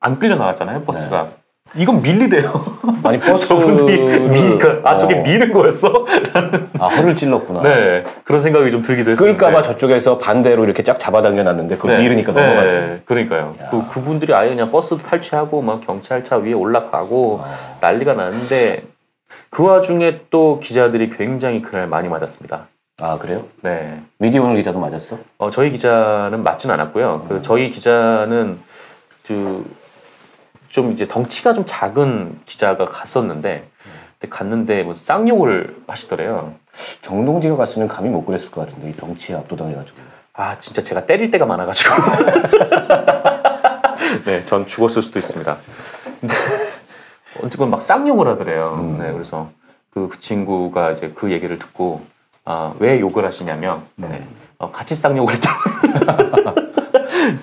S1: 안 끌려 나갔잖아요 버스가
S2: 네.
S1: 이건 밀리대요
S2: 아니 버스 그
S1: 저분들이 미니까 아 저게 미는 거였어 라는
S2: 아 허를 찔렀구나.
S1: 네 그런 생각이 좀 들기도 했어요
S2: 끌까봐 저쪽에서 반대로 이렇게 쫙 잡아당겨놨는데 그걸 밀으니까 넘어가지.
S1: 네. 그러니까요. 그, 그분들이 아예 그냥 버스 탈취하고 막 경찰차 위에 올라가고
S2: 어.
S1: 난리가 났는데 그 와중에 또 기자들이 굉장히 그날 많이 맞았습니다.
S2: 아 그래요?
S1: 네.
S2: 미디어 오늘 기자도 맞았어?
S1: 어, 저희 기자는 맞진 않았고요.
S2: 음.
S1: 그 저희 기자는 그, 좀 이제 덩치가 좀 작은 기자가 갔었는데
S2: 음.
S1: 근데 갔는데 뭐 쌍욕을 하시더래요.
S2: 정동지가 갔으면 감히 못 그랬을 것 같은데 이 덩치에 압도당해가지고.
S1: 아 진짜 제가 때릴 때가 많아가지고 네, 전 죽었을 수도 있습니다. 근데 어쨌건 막 쌍욕을 하더래요.
S2: 음.
S1: 네, 그래서 그, 그 친구가 이제 그 얘기를 듣고 아, 왜 욕을 하시냐면 네, 어, 같이 쌍욕을 했다.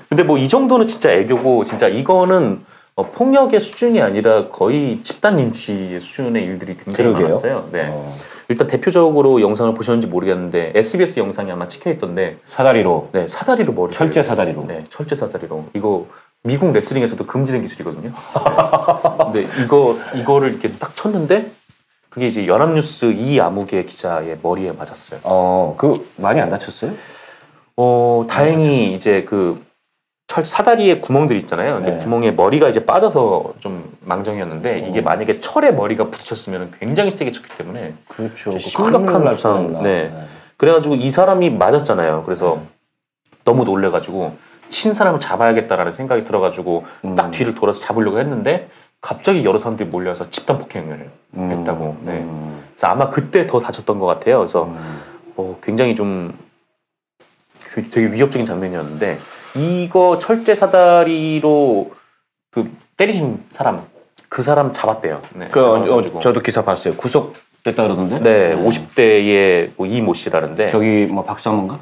S1: 근데 뭐 이 정도는 진짜 애교고 진짜 이거는 어, 폭력의 수준이 아니라 거의 집단 린치의 수준의 일들이 굉장히
S2: 그러게요.
S1: 많았어요. 네.
S2: 어,
S1: 일단 대표적으로 영상을 보셨는지 모르겠는데 SBS 영상이 아마 찍혀 있던데
S2: 사다리로
S1: 네, 사다리로 머리
S2: 철제 사다리로.
S1: 네, 철제 사다리로. 이거 미국 레슬링에서도 금지된 기술이거든요. 네. 근데 이거 이거를 이렇게 딱 쳤는데 그게 이제 연합뉴스 이 암흑의 기자의 머리에 맞았어요.
S2: 어, 그 많이 안 다쳤어요?
S1: 어, 다행히 이제 그 철 사다리에 구멍들 있잖아요. 근데
S2: 네.
S1: 구멍에 머리가 이제 빠져서 좀 망정이었는데 이게
S2: 어.
S1: 만약에 철에 머리가 부딪혔으면 굉장히 세게 쳤기 때문에
S2: 그렇죠.
S1: 그
S2: 그
S1: 심각한
S2: 큰일 날
S1: 부상,
S2: 뻔했나.
S1: 네. 그래가지고 이 사람이 맞았잖아요. 그래서
S2: 음.
S1: 너무 놀래가지고 친 사람을 잡아야겠다라는 생각이 들어가지고
S2: 음.
S1: 딱 뒤를 돌아서 잡으려고 했는데 갑자기 여러 사람들이 몰려서 집단 폭행을
S2: 음,
S1: 했다고, 네.
S2: 음,
S1: 그래서 아마 그때 더 다쳤던 것 같아요. 그래서
S2: 음.
S1: 어, 굉장히 좀 그- 되게 위협적인 장면이었는데 이거 철제 사다리로 그 때리신 사람 그 사람 잡았대요. 네,
S2: 그 어,
S1: 잡아가지고.
S2: 어, 저도 기사 봤어요. 구속됐다 그러던데.
S1: 네,
S2: 음.
S1: 50대의 뭐 이모 씨라는데
S2: 저기 뭐 박사문가?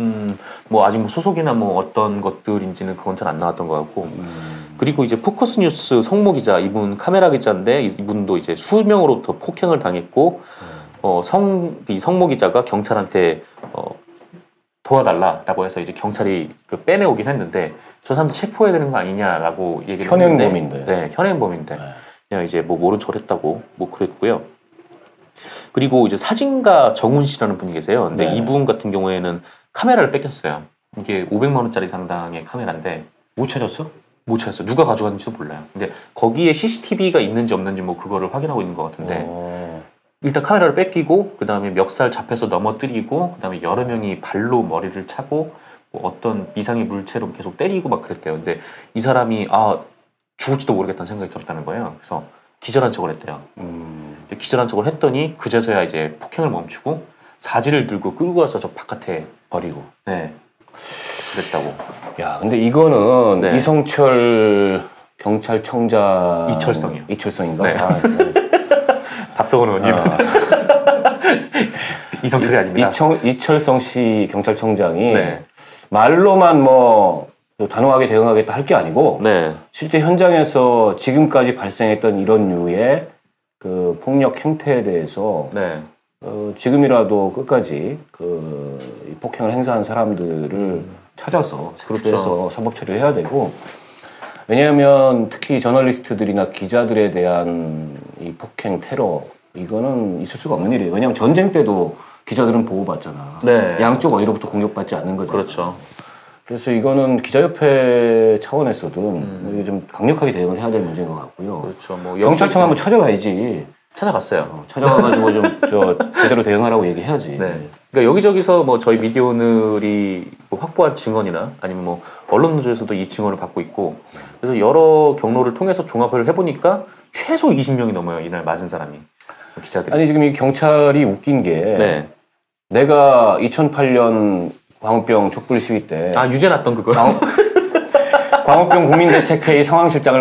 S1: 음, 뭐 아직 뭐 소속이나 뭐 어떤 것들인지는 그건 잘 안 나왔던 것 같고
S2: 음.
S1: 그리고 이제 포커스 뉴스 성모 기자 이분 카메라 기자인데 이- 이분도 이제 수명으로부터 폭행을 당했고 어, 성, 이 성모 기자가 경찰한테 어, 도와달라라고 해서 이제 경찰이 그 빼내오긴 했는데 저 사람 체포해야 되는 거 아니냐라고 얘기를 했는데
S2: 현행범인데.
S1: 네, 현행범인데
S2: 네.
S1: 그냥 이제 뭐 모른 척을 했다고 뭐 그랬고요. 그리고 이제 사진가 정훈 씨라는 분이 계세요. 근데
S2: 네.
S1: 이분 같은 경우에는 카메라를 뺏겼어요. 이게 500만 원짜리 상당의 카메라인데
S2: 못 찾았어?
S1: 못 찾았어요. 누가 가져갔는지도 몰라요. 근데 거기에 CCTV가 있는지 없는지 뭐 그거를 확인하고 있는 것 같은데
S2: 어.
S1: 일단 카메라를 뺏기고 그 다음에 멱살 잡혀서 넘어뜨리고 그 다음에 여러 명이 발로 머리를 차고 뭐 어떤 이상의 물체로 계속 때리고 막 그랬대요. 근데 이 사람이 아 죽을지도 모르겠다는 생각이 들었다는 거예요. 그래서 기절한 척을 했대요.
S2: 음.
S1: 근데 기절한 척을 했더니 그제서야 이제 폭행을 멈추고 사지를 들고 끌고 와서 저 바깥에
S2: 버리고.
S1: 네 그랬다고
S2: 야, 근데 이거는
S1: 네.
S2: 이성철 경찰청장
S1: 이철성이요.
S2: 이철성인가?
S1: 네.
S2: 아, 네.
S1: 박성원 의원님
S2: 아,
S1: 이성철이 아닙니다.
S2: 이청, 이철성 씨 경찰청장이
S1: 네.
S2: 말로만 뭐 단호하게 대응하겠다 할 게 아니고
S1: 네.
S2: 실제 현장에서 지금까지 발생했던 이런 류의 그 폭력 행태에 대해서
S1: 네.
S2: 어, 지금이라도 끝까지 그이 폭행을 행사한 사람들을 찾아서
S1: 그렇죠.
S2: 그래서 사법 처리를 해야 되고 왜냐하면 특히 저널리스트들이나 기자들에 대한 이 폭행 테러 이거는 있을 수가 없는 일이에요. 왜냐하면 전쟁 때도 기자들은 보호받잖아.
S1: 네.
S2: 양쪽 어디로부터 공격받지 않는 거죠.
S1: 그렇죠.
S2: 그래서 이거는 기자협회 차원에서든 이게 좀 강력하게 대응을 해야 될 문제인 것 같고요.
S1: 음. 그렇죠. 뭐
S2: 경찰청 한번 찾아가야지.
S1: 찾아갔어요.
S2: 어, 찾아가가지고 좀 저 제대로 대응하라고 얘기해야지.
S1: 네. 그러니까 여기저기서 뭐 저희 미디어 오늘이 뭐 확보한 증언이나 아니면 뭐 언론 노조에서도 이 증언을 받고 있고 그래서 여러 경로를 통해서 종합을 해보니까 최소 20명이 넘어요 이날 맞은 사람이 기자들이.
S2: 아니 예. 지금 이 경찰이 웃긴 게
S1: 네.
S2: 내가 2008년 광우병 촛불 시위 때
S1: 아 유죄 났던 그거.
S2: 광우병 국민대책회의 상황실장을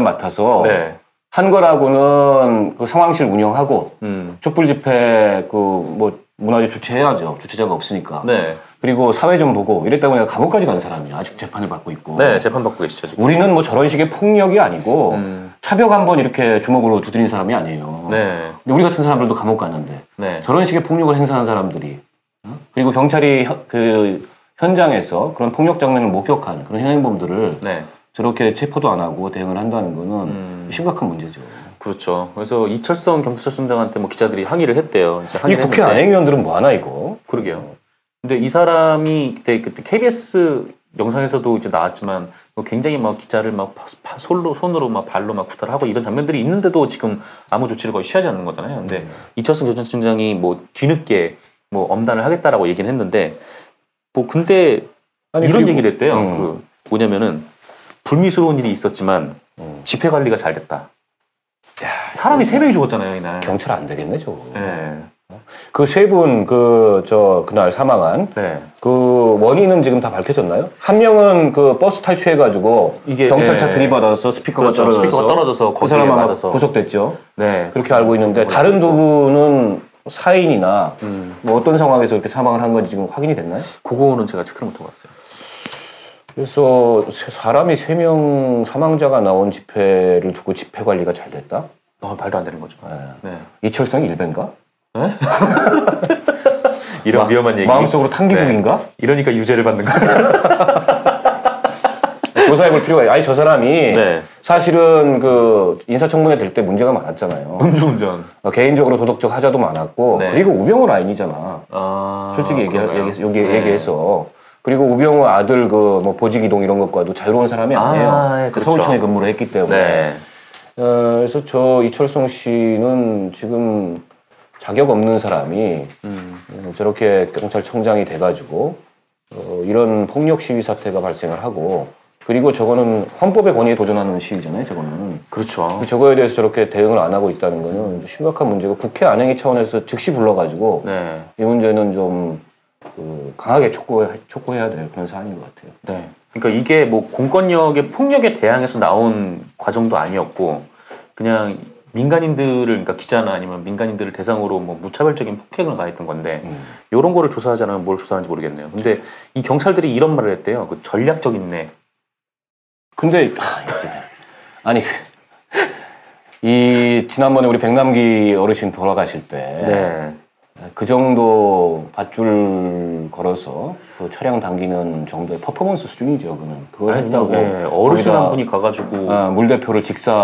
S2: 맡아서
S1: 네.
S2: 한 거라고는 그 상황실 운영하고
S1: 음.
S2: 촛불 집회 그 뭐 문화재 주최해야죠 주최자가 없으니까
S1: 네.
S2: 그리고 사회 좀 보고 이랬다고 내가 감옥까지 간 사람이야 아직 재판을 받고 있고
S1: 네 재판 받고 계시죠 지금.
S2: 우리는 뭐 저런 식의 폭력이 아니고
S1: 음.
S2: 차벽 한 번 이렇게 주먹으로 두드린 사람이 아니에요
S1: 네.
S2: 근데 우리 같은 사람들도 감옥 갔는데
S1: 네.
S2: 저런 식의 폭력을 행사한 사람들이 어? 그리고 경찰이 현- 그 현장에서 그런 폭력 장면을 목격한 그런 현행범들을
S1: 네.
S2: 저렇게 체포도 안 하고 대응을 한다는 거는
S1: 음.
S2: 심각한 문제죠.
S1: 그렇죠. 그래서 이철성 경찰서장한테 뭐 기자들이 항의를 했대요. 이제
S2: 이
S1: 항의를
S2: 국회
S1: 했는데.
S2: 안행위원들은 뭐 하나 이거?
S1: 그러게요. 근데 이 사람이 그때 그때 KBS 영상에서도 이제 나왔지만 뭐 굉장히 막 기자를 막 파- 파- 솔로 손으로 막 발로 막 구타하고 를 이런 장면들이 있는데도 지금 아무 조치를 거의 취하지 않는 거잖아요. 근데
S2: 네.
S1: 이철성 경찰청장이 뭐 뒤늦게 뭐 엄단을 하겠다라고 얘기는 했는데 뭐 근데
S2: 아니,
S1: 이런
S2: 그리고-
S1: 얘기를 했대요.
S2: 음.
S1: 그 뭐냐면은 불미스러운 일이 있었지만
S2: 음.
S1: 집회 관리가 잘 됐다. 사람이 세 명이 죽었잖아요 이날.
S2: 경찰 안 되겠네 저거.
S1: 예.
S2: 그 세 분 그 저 그날 사망한
S1: 네.
S2: 그 원인은 지금 다 밝혀졌나요? 한 명은 그 버스 탈취해가지고
S1: 이게,
S2: 경찰차
S1: 예.
S2: 들이받아서 스피커가
S1: 그렇죠.
S2: 떨어져서
S1: 스피커가 떨어져서
S2: 그
S1: 거기에
S2: 사람 아마
S1: 맞아서.
S2: 구속됐죠.
S1: 네.
S2: 그렇게 알고 있는데 다른 두 분은 사인이나 뭐 어떤 상황에서 이렇게 사망을 한 건지 지금 확인이 됐나요?
S1: 그거는 제가 체크를 못 해봤어요.
S2: 그래서 세- 사람이 세 명 사망자가 나온 집회를 두고 집회 관리가 잘 됐다?
S1: 아, 말도 안 되는 거죠. 네.
S2: 이철성 일배인가?
S1: 이런 위험한 얘기.
S2: 마음속으로 탕기국인가?
S1: 이러니까 유죄를 받는 거예요.
S2: 조사해볼 필요가 있 아니 저 사람이
S1: 네.
S2: 사실은 그 인사청문회 될 때 문제가 많았잖아요.
S1: 음주운전.
S2: 어, 개인적으로 도덕적 하자도 많았고
S1: 네.
S2: 그리고 우병우 라인이잖아.
S1: 아,
S2: 솔직히 얘기,
S1: 그런가요? 네.
S2: 얘기, 여기 얘기해서 그리고 우병우 아들 그 뭐 보직 이동 이런 것과도 자유로운 사람이
S1: 아, 예,
S2: 아니에요. 그
S1: 그렇죠.
S2: 서울청에 근무를 했기 때문에.
S1: 네.
S2: 어, 그래서 저 이철성 씨는 지금 자격 없는 사람이
S1: 음.
S2: 어, 저렇게 경찰청장이 돼가지고 어, 이런 폭력 시위 사태가 발생을 하고 그리고 저거는 헌법의 권위에 도전하는 시위잖아요. 저거는
S1: 그렇죠.
S2: 저거에 대해서 저렇게 대응을 안 하고 있다는 거는 심각한 문제고 국회 안행위 차원에서 즉시 불러가지고
S1: 네.
S2: 이 문제는 좀 그, 강하게 촉구해, 촉구해야 될 그런 사안인 것 같아요.
S1: 네. 그러니까 이게 뭐 공권력의 폭력에 대항해서 나온 과정도 아니었고 그냥 민간인들을 그러니까 기자나 아니면 민간인들을 대상으로 뭐 무차별적인 폭행을 가했던 건데 이런 거를 조사하지 않으면 뭘 조사하는지 모르겠네요. 근데 이 경찰들이 이런 말을 했대요. 그 전략적 인내.
S2: 근데 아, 이제, 아니 이 지난번에 우리 백남기 어르신 돌아가실 때 그
S1: 네.
S2: 정도 밧줄 걸어서 그 차량 당기는 정도의 퍼포먼스 수준이죠. 그는 그걸
S1: 아니,
S2: 했다고
S1: 네. 어르신
S2: 거기다,
S1: 한 분이 가가지고
S2: 아, 물 대표를 직사를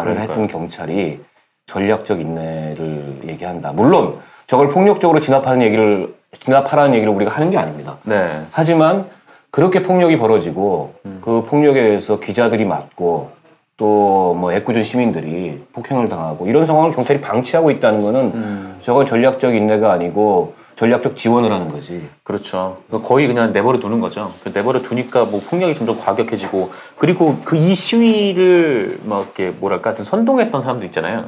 S1: 그러니까요.
S2: 했던 경찰이 전략적 인내를 얘기한다. 물론 저걸 폭력적으로 진압하는 얘기를 진압하라는 얘기를 우리가 하는 게 아닙니다.
S1: 네.
S2: 하지만 그렇게 폭력이 벌어지고 그 폭력에 의해서 기자들이 맞고 또 뭐 애꿎은 시민들이 폭행을 당하고 이런 상황을 경찰이 방치하고 있다는 거는 저건 전략적 인내가 아니고 전략적 지원을 하는 거지.
S1: 그렇죠. 그러니까 거의 그냥 내버려 두는 거죠. 그 내버려 두니까 뭐 폭력이 점점 과격해지고 그리고 그 이 시위를 막 이렇게 뭐랄까 하여튼 선동했던 사람도 있잖아요.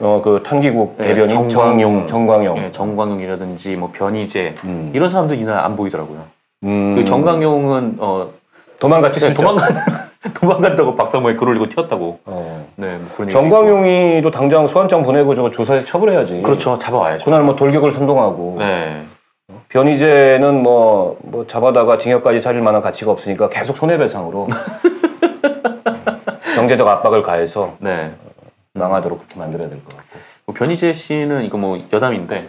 S2: 어 그 탄기국
S1: 예,
S2: 대변인
S1: 정광-
S2: 정용 네. 정광용.
S1: 예, 정광용이라든지 뭐 변희재
S2: 어. 음.
S1: 이런 사람도 이날 안 보이더라고요.
S2: 음,
S1: 그 정광용은 어
S2: 네, 도망갔지
S1: 그냥
S2: 슬쩍.
S1: 도망간 도망간다고 박사모에 글 올리고 튀었다고.
S2: 어.
S1: 네, 뭐 그런 얘기.
S2: 정광용이도 당장 소환장 보내고 저거 조사해서 처벌해야지.
S1: 그렇죠. 잡아와야죠.
S2: 그날 뭐 돌격을 선동하고
S1: 네.
S2: 변희재는 뭐, 뭐 잡아다가 징역까지 차릴 만한 가치가 없으니까 계속 손해배상으로 경제적 압박을 가해서
S1: 네.
S2: 망하도록 그렇게 만들어야 될 것 같고
S1: 뭐 변희재 씨는 이거 뭐 여담인데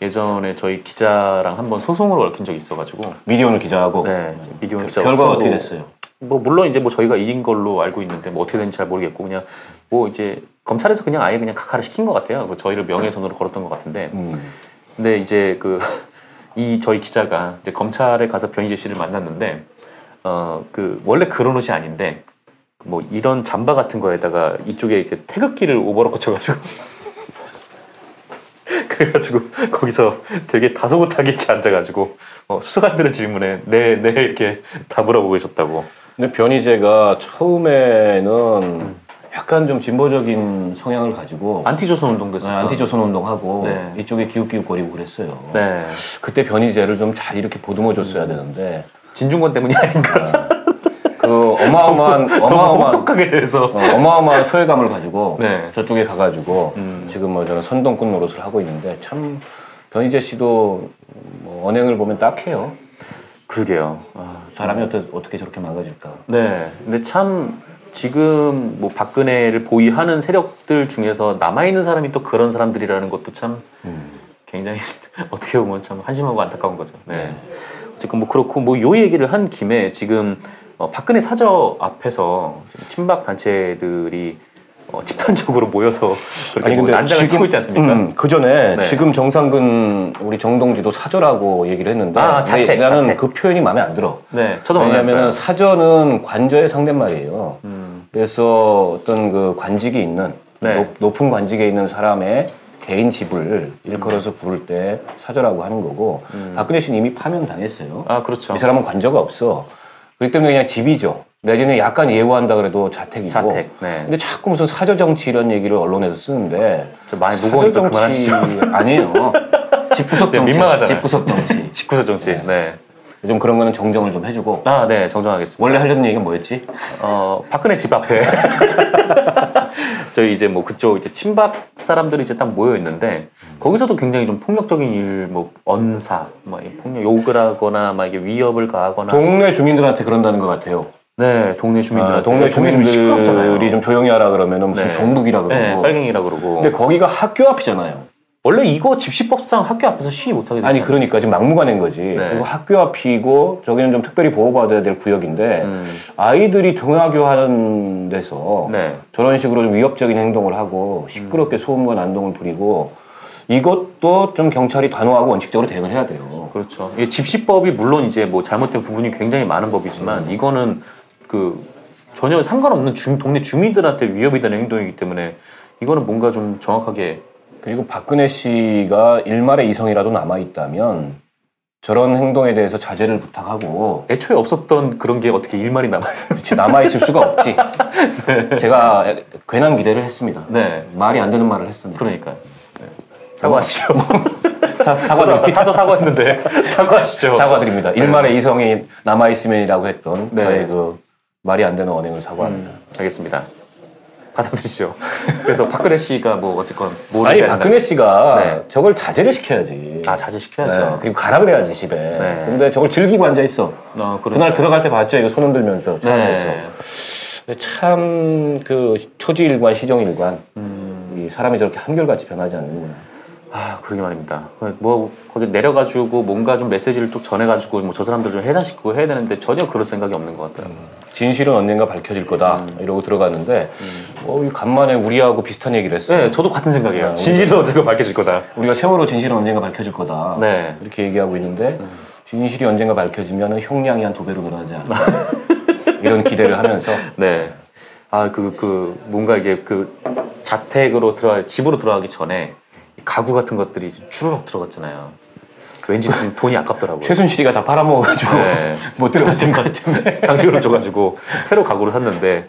S1: 예전에 저희 기자랑 한번 소송으로 얽힌 적이 있어가지고
S2: 미디어오늘 기자하고
S1: 네, 미디어 기자
S2: 그 결과가 어떻게 됐어요?
S1: 뭐 물론 이제 뭐 저희가 이긴 걸로 알고 있는데 뭐 어떻게 된지 잘 모르겠고 그냥 뭐 이제 검찰에서 그냥 아예 그냥 각하를 시킨 것 같아요. 그 저희를 명예훼손으로 걸었던 것 같은데
S2: 음.
S1: 근데 이제 그 이 저희 기자가 이제 검찰에 가서 변희재 씨를 만났는데 어 그 원래 그런 옷이 아닌데 뭐 이런 잠바 같은 거에다가 이쪽에 이제 태극기를 오버로 꽂혀가지고 그래가지고 거기서 되게 다소곳하게 이렇게 앉아가지고 어, 수사관들의 질문에 네네 이렇게 답을 하고 계셨다고
S2: 근데 변희재가 처음에는 약간 좀 진보적인 성향을 가지고
S1: 안티조선 운동도 했었던
S2: 네, 안티조선 운동하고
S1: 네.
S2: 이쪽에 기웃기웃거리고 그랬어요.
S1: 네 음.
S2: 그때 변희재를 좀 잘 이렇게 보듬어줬어야 되는데
S1: 진중권 때문이 아닌가
S2: 그 어마어마한
S1: 너무
S2: 어마어마한
S1: 혹독하게 대해서
S2: 어, 어마어마한 소외감을 가지고
S1: 네.
S2: 저쪽에 가가지고
S1: 음.
S2: 지금 뭐 저는 선동꾼 노릇을 하고 있는데 참 변희재 씨도 뭐 언행을 보면 딱해요.
S1: 그게요 아,
S2: 사람이 어떻게, 어떻게 저렇게 망가질까.
S1: 네. 근데 참 지금 뭐 박근혜를 보위하는 세력들 중에서 남아 있는 사람이 또 그런 사람들이라는 것도 참 음. 굉장히 어떻게 보면 참 한심하고 안타까운 거죠. 네. 어쨌건 뭐 그렇고 뭐 요 얘기를 한 김에 지금 어, 박근혜 사저 앞에서 지금 친박 단체들이 어, 집단적으로 모여서 그렇게 뭐 난장을 치고 있지 않습니까?
S2: 그 전에
S1: 네.
S2: 지금 정상근 우리 정동지도 사저라고 얘기를 했는데
S1: 아, 자택,
S2: 근데 나는
S1: 자택.
S2: 그 표현이 마음에 안 들어.
S1: 네. 저도 마음에 안 들어요.
S2: 왜냐하면 사저는 관저의 상대말이에요.
S1: 음.
S2: 그래서 어떤 그 관직이 있는
S1: 네.
S2: 높, 높은 관직에 있는 사람의 개인 집을
S1: 음.
S2: 일컬어서 부를 때 사저라고 하는 거고 박근혜 씨는 이미 파면당했어요.
S1: 아 그렇죠.
S2: 이 사람은 관저가 없어. 그렇기 때문에 그냥 집이죠. 내지는 약간 예우한다 그래도 자택이고.
S1: 자택. 네.
S2: 근데 자꾸 무슨 사저 정치 이런 얘기를 언론에서 쓰는데
S1: 저 많이
S2: 사저
S1: 무거우니까
S2: 정치
S1: 그만하시죠.
S2: 아니에요. 집구석
S1: 네,
S2: 정치.
S1: 민망하잖아요.
S2: 집구석 정치.
S1: 직구서 정치. 네.
S2: 좀 그런 거는 정정을 좀 해주고.
S1: 아, 네, 정정하겠습니다.
S2: 원래 하려던 얘기가 뭐였지?
S1: 어, 박근혜 집 앞에 저희 이제 뭐 그쪽 이제 친박 사람들이 이제 딱 모여 있는데 거기서도 굉장히 좀 폭력적인 일, 뭐 언사, 막 이렇게 폭력 욕을 하거나 막 이게 위협을 가하거나
S2: 동네 주민들한테 그런다는 것 같아요.
S1: 네 동네 주민들
S2: 아, 동네 주민들이 좀 조용히 하라 그러면 무슨
S1: 네.
S2: 종북이라 그러고.
S1: 네, 빨갱이라 그러고
S2: 근데 거기가 학교 앞이잖아요.
S1: 원래 이거 집시법상 학교 앞에서 시위 못하게
S2: 아니
S1: 됐잖아요.
S2: 그러니까 지금 막무가내인 거지. 그리고 학교 앞이고 저기는 좀 특별히 보호받아야 될 구역인데
S1: 음,
S2: 아이들이 등하교 하는 데서
S1: 네
S2: 저런 식으로 좀 위협적인 행동을 하고 시끄럽게 소음과 난동을 부리고 이것도 좀 경찰이 단호하고 원칙적으로 대응을 해야 돼요.
S1: 그렇죠 이 집시법이 물론 이제 뭐 잘못된 부분이 굉장히 많은 법이지만 이거는 그 전혀 상관없는 주, 동네 주민들한테 위협이 되는 행동이기 때문에 이거는 뭔가 좀 정확하게
S2: 그리고 박근혜 씨가 일말의 이성이라도 남아 있다면 저런 행동에 대해서 자제를 부탁하고
S1: 애초에 없었던 그런 게 어떻게 일말이 남아있어요
S2: 남아 있을 수가 없지. 제가 괜한 기대를 했습니다.
S1: 네
S2: 말이 안 되는 말을 했습니다.
S1: 그러니까요 네. 사과하시죠 사과
S2: 사, 사과드립니다.
S1: 사저 사과했는데 사과하시죠
S2: 사과드립니다. 일말의 이성이 남아 있으면이라고 했던
S1: 네. 음.
S2: 저의 그 말이 안 되는 언행을 사과합니다.
S1: 알겠습니다. 받아들이죠. 그래서 박근혜 씨가 뭐 어쨌건 뭐를
S2: 아니
S1: 해야 된다.
S2: 그러니까 박근혜 씨가
S1: 네.
S2: 저걸 자제를 시켜야지.
S1: 아 자제시켜야죠.
S2: 네, 그리고 가라 그래야지 집에.
S1: 네.
S2: 근데 저걸 즐기고 앉아 있어.
S1: 어, 그러니까요.
S2: 그날 들어갈 때 봤죠. 이거 손 흔들면서 찾아서.
S1: 네.
S2: 참그 초지일관 시정일관 이 사람이 저렇게 한결같이 변하지 않는구나.
S1: 아 그러게 말입니다. 그 뭐 거기 내려가지고 뭔가 좀 메시지를 쭉 전해가지고 뭐 저 사람들 좀 해자시키고 해야 되는데 전혀 그럴 생각이 없는 것 같아요.
S2: 진실은 언젠가 밝혀질 거다 이러고 들어갔는데 어, 이 간만에 우리하고 비슷한 얘기를 했어.
S1: 네, 저도 같은 생각이에요. 진실은 언젠가 밝혀질 거다.
S2: 우리가 세월호 진실은 언젠가 밝혀질 거다.
S1: 네.
S2: 이렇게 얘기하고 있는데 진실이 언젠가 밝혀지면 형량이 한 두 배로 늘어나지 않을까 이런 기대를 하면서
S1: 네. 아, 그, 그, 뭔가 이게 그 자택으로 들어갈, 집으로 들어가기 전에 이 가구 같은 것들이 이제 주르륵 들어갔잖아요. 왠지 좀 돈이 아깝더라고요.
S2: 최순실이가 다 팔아먹어가지고
S1: 네.
S2: 못 들어갔던 것 같은데
S1: 장식으로 줘가지고 새로 가구를 샀는데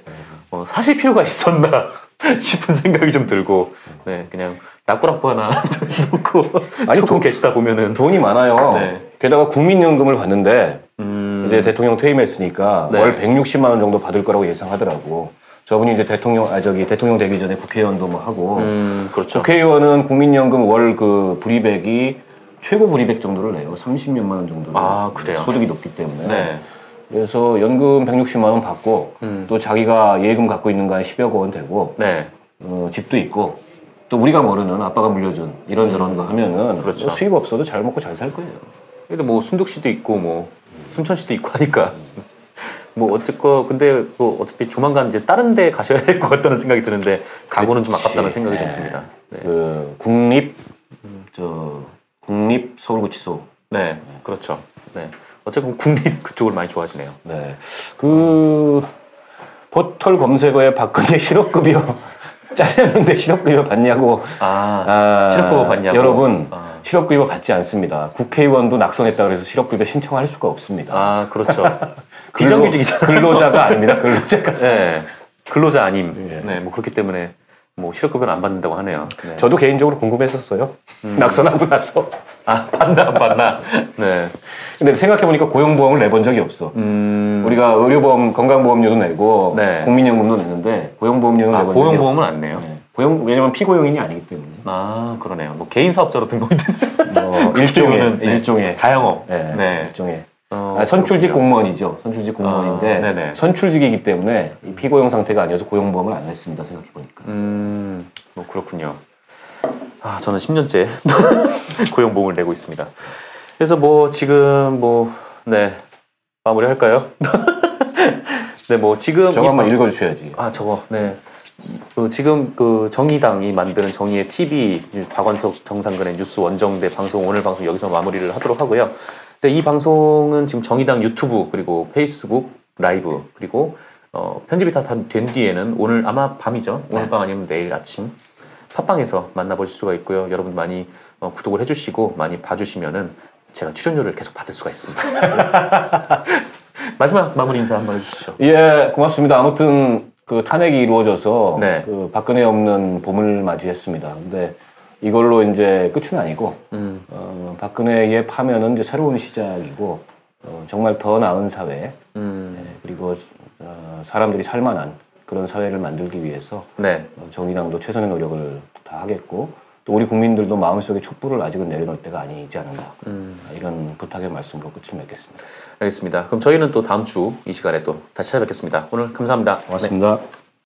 S1: 어, 사실 필요가 있었나 싶은 생각이 좀 들고 네 그냥 낙구락부 하나 놓고
S2: 아니,
S1: 아니 고
S2: 돈-
S1: 계시다 보면은
S2: 돈이 많아요.
S1: 네.
S2: 게다가 국민연금을 받는데
S1: 음,
S2: 이제 대통령 퇴임했으니까
S1: 네.
S2: 월 160만 원 정도 받을 거라고 예상하더라고. 저분이 이제 대통령 아 저기 대통령 되기 전에 국회의원도 뭐 하고
S1: 음, 그렇죠
S2: 국회의원은 국민연금 월 그 불이백이 최고 불이백 정도를 내요. 30몇만 원 정도.
S1: 아, 그래요?
S2: 소득이 높기 때문에.
S1: 네
S2: 그래서 연금 160만 원 받고
S1: 음.
S2: 또 자기가 예금 갖고 있는 거한 10여 원 되고
S1: 네.
S2: 어, 집도 있고 또 우리가 모르는 아빠가 물려준 이런저런 거 하면은 뭐
S1: 그렇죠.
S2: 수입 없어도 잘 먹고 잘 살 거예요.
S1: 근데 뭐 순둑 씨도 있고 뭐 순천 씨도 있고 하니까 뭐 어쨌건 근데 뭐 어차피 조만간 이제 다른 데 가셔야 될 것 같다는 생각이 드는데 가구는 좀 아깝다는 생각이 좀
S2: 네.
S1: 듭니다 네.
S2: 그 국립 저 국립 서울구치소
S1: 네 그렇죠 네 어쨌건 국립 그쪽을 많이 좋아하시네요
S2: 네. 그 포털 검색어에 박근혜 실업급여 잘렸는데 실업급여 받냐고
S1: 아
S2: 아,
S1: 실업급여 받냐고?
S2: 여러분
S1: 아.
S2: 실업급여 받지 않습니다. 국회의원도 낙선했다 그래서 실업급여 신청할 수가 없습니다.
S1: 아 그렇죠.
S2: 근로-
S1: 비정규직이잖아요.
S2: 근로자가 아닙니다. 근로자가
S1: 네, 근로자 아님.
S2: 예.
S1: 네, 뭐 그렇기 때문에 뭐 실업급여는 안 받는다고 하네요. 네. 음.
S2: 저도 개인적으로 궁금했었어요. 낙선하고 나서.
S1: 아 받나 안 받나. 네.
S2: 근데 생각해보니까 고용보험을 내본 적이 없어.
S1: 음.
S2: 우리가 의료보험, 건강보험료도 내고
S1: 네.
S2: 국민연금도 내는데 고용보험료는
S1: 아
S2: 내본 적이
S1: 고용보험은 안 내요.
S2: 없어. 네. 고용 왜냐면 피고용인이 아니기 때문에
S1: 아 그러네요. 뭐 개인 사업자로 등록이 되는
S2: 어, 일종의
S1: 경우는, 네.
S2: 일종의
S1: 자영업.
S2: 네,
S1: 네.
S2: 일종의
S1: 어,
S2: 아, 선출직
S1: 그렇군요.
S2: 공무원이죠. 선출직 공무원인데
S1: 아, 네네.
S2: 선출직이기 때문에 이 피고용 상태가 아니어서 고용보험을 안 냈습니다. 생각해보니까.
S1: 음. 뭐 그렇군요. 아 저는 10년째 고용보험을 내고 있습니다. 그래서 뭐 지금 뭐 네 마무리할까요? 네 뭐 지금
S2: 저거
S1: 이
S2: 한번 읽어주셔야지.
S1: 아 저거 네. 그 지금 그 정의당이 만드는 정의의 TV 박원석 정상근의 뉴스 원정대 방송 오늘 방송 여기서 마무리를 하도록 하고요. 근데 이 방송은 지금 정의당 유튜브 그리고 페이스북 라이브 그리고 어, 편집이 다 된 뒤에는 오늘 아마 밤이죠. 오늘 밤 아니면 내일 아침 팟빵에서 만나보실 수가 있고요. 여러분 많이 어, 구독을 해주시고 많이 봐주시면은 제가 출연료를 계속 받을 수가 있습니다. 마지막 마무리 인사 한번 해주시죠.
S2: 예, 고맙습니다. 아무튼 그 탄핵이 이루어져서
S1: 네.
S2: 그 박근혜 없는 봄을 맞이했습니다. 근데 이걸로 이제 끝은 아니고
S1: 음.
S2: 어, 박근혜의 파면은 이제 새로운 시작이고 어, 정말 더 나은 사회
S1: 음.
S2: 네, 그리고 어, 사람들이 살만한 그런 사회를 만들기 위해서
S1: 네.
S2: 어, 정의당도 최선의 노력을 다 하겠고 또 우리 국민들도 마음속에 촛불을 아직은 내려놓을 때가 아니지 않은가
S1: 음.
S2: 아, 이런 부탁의 말씀으로 끝을 맺겠습니다.
S1: 알겠습니다. 그럼 저희는 또 다음 주 이 시간에 또 다시 찾아뵙겠습니다. 오늘 감사합니다. 네.
S2: 고맙습니다.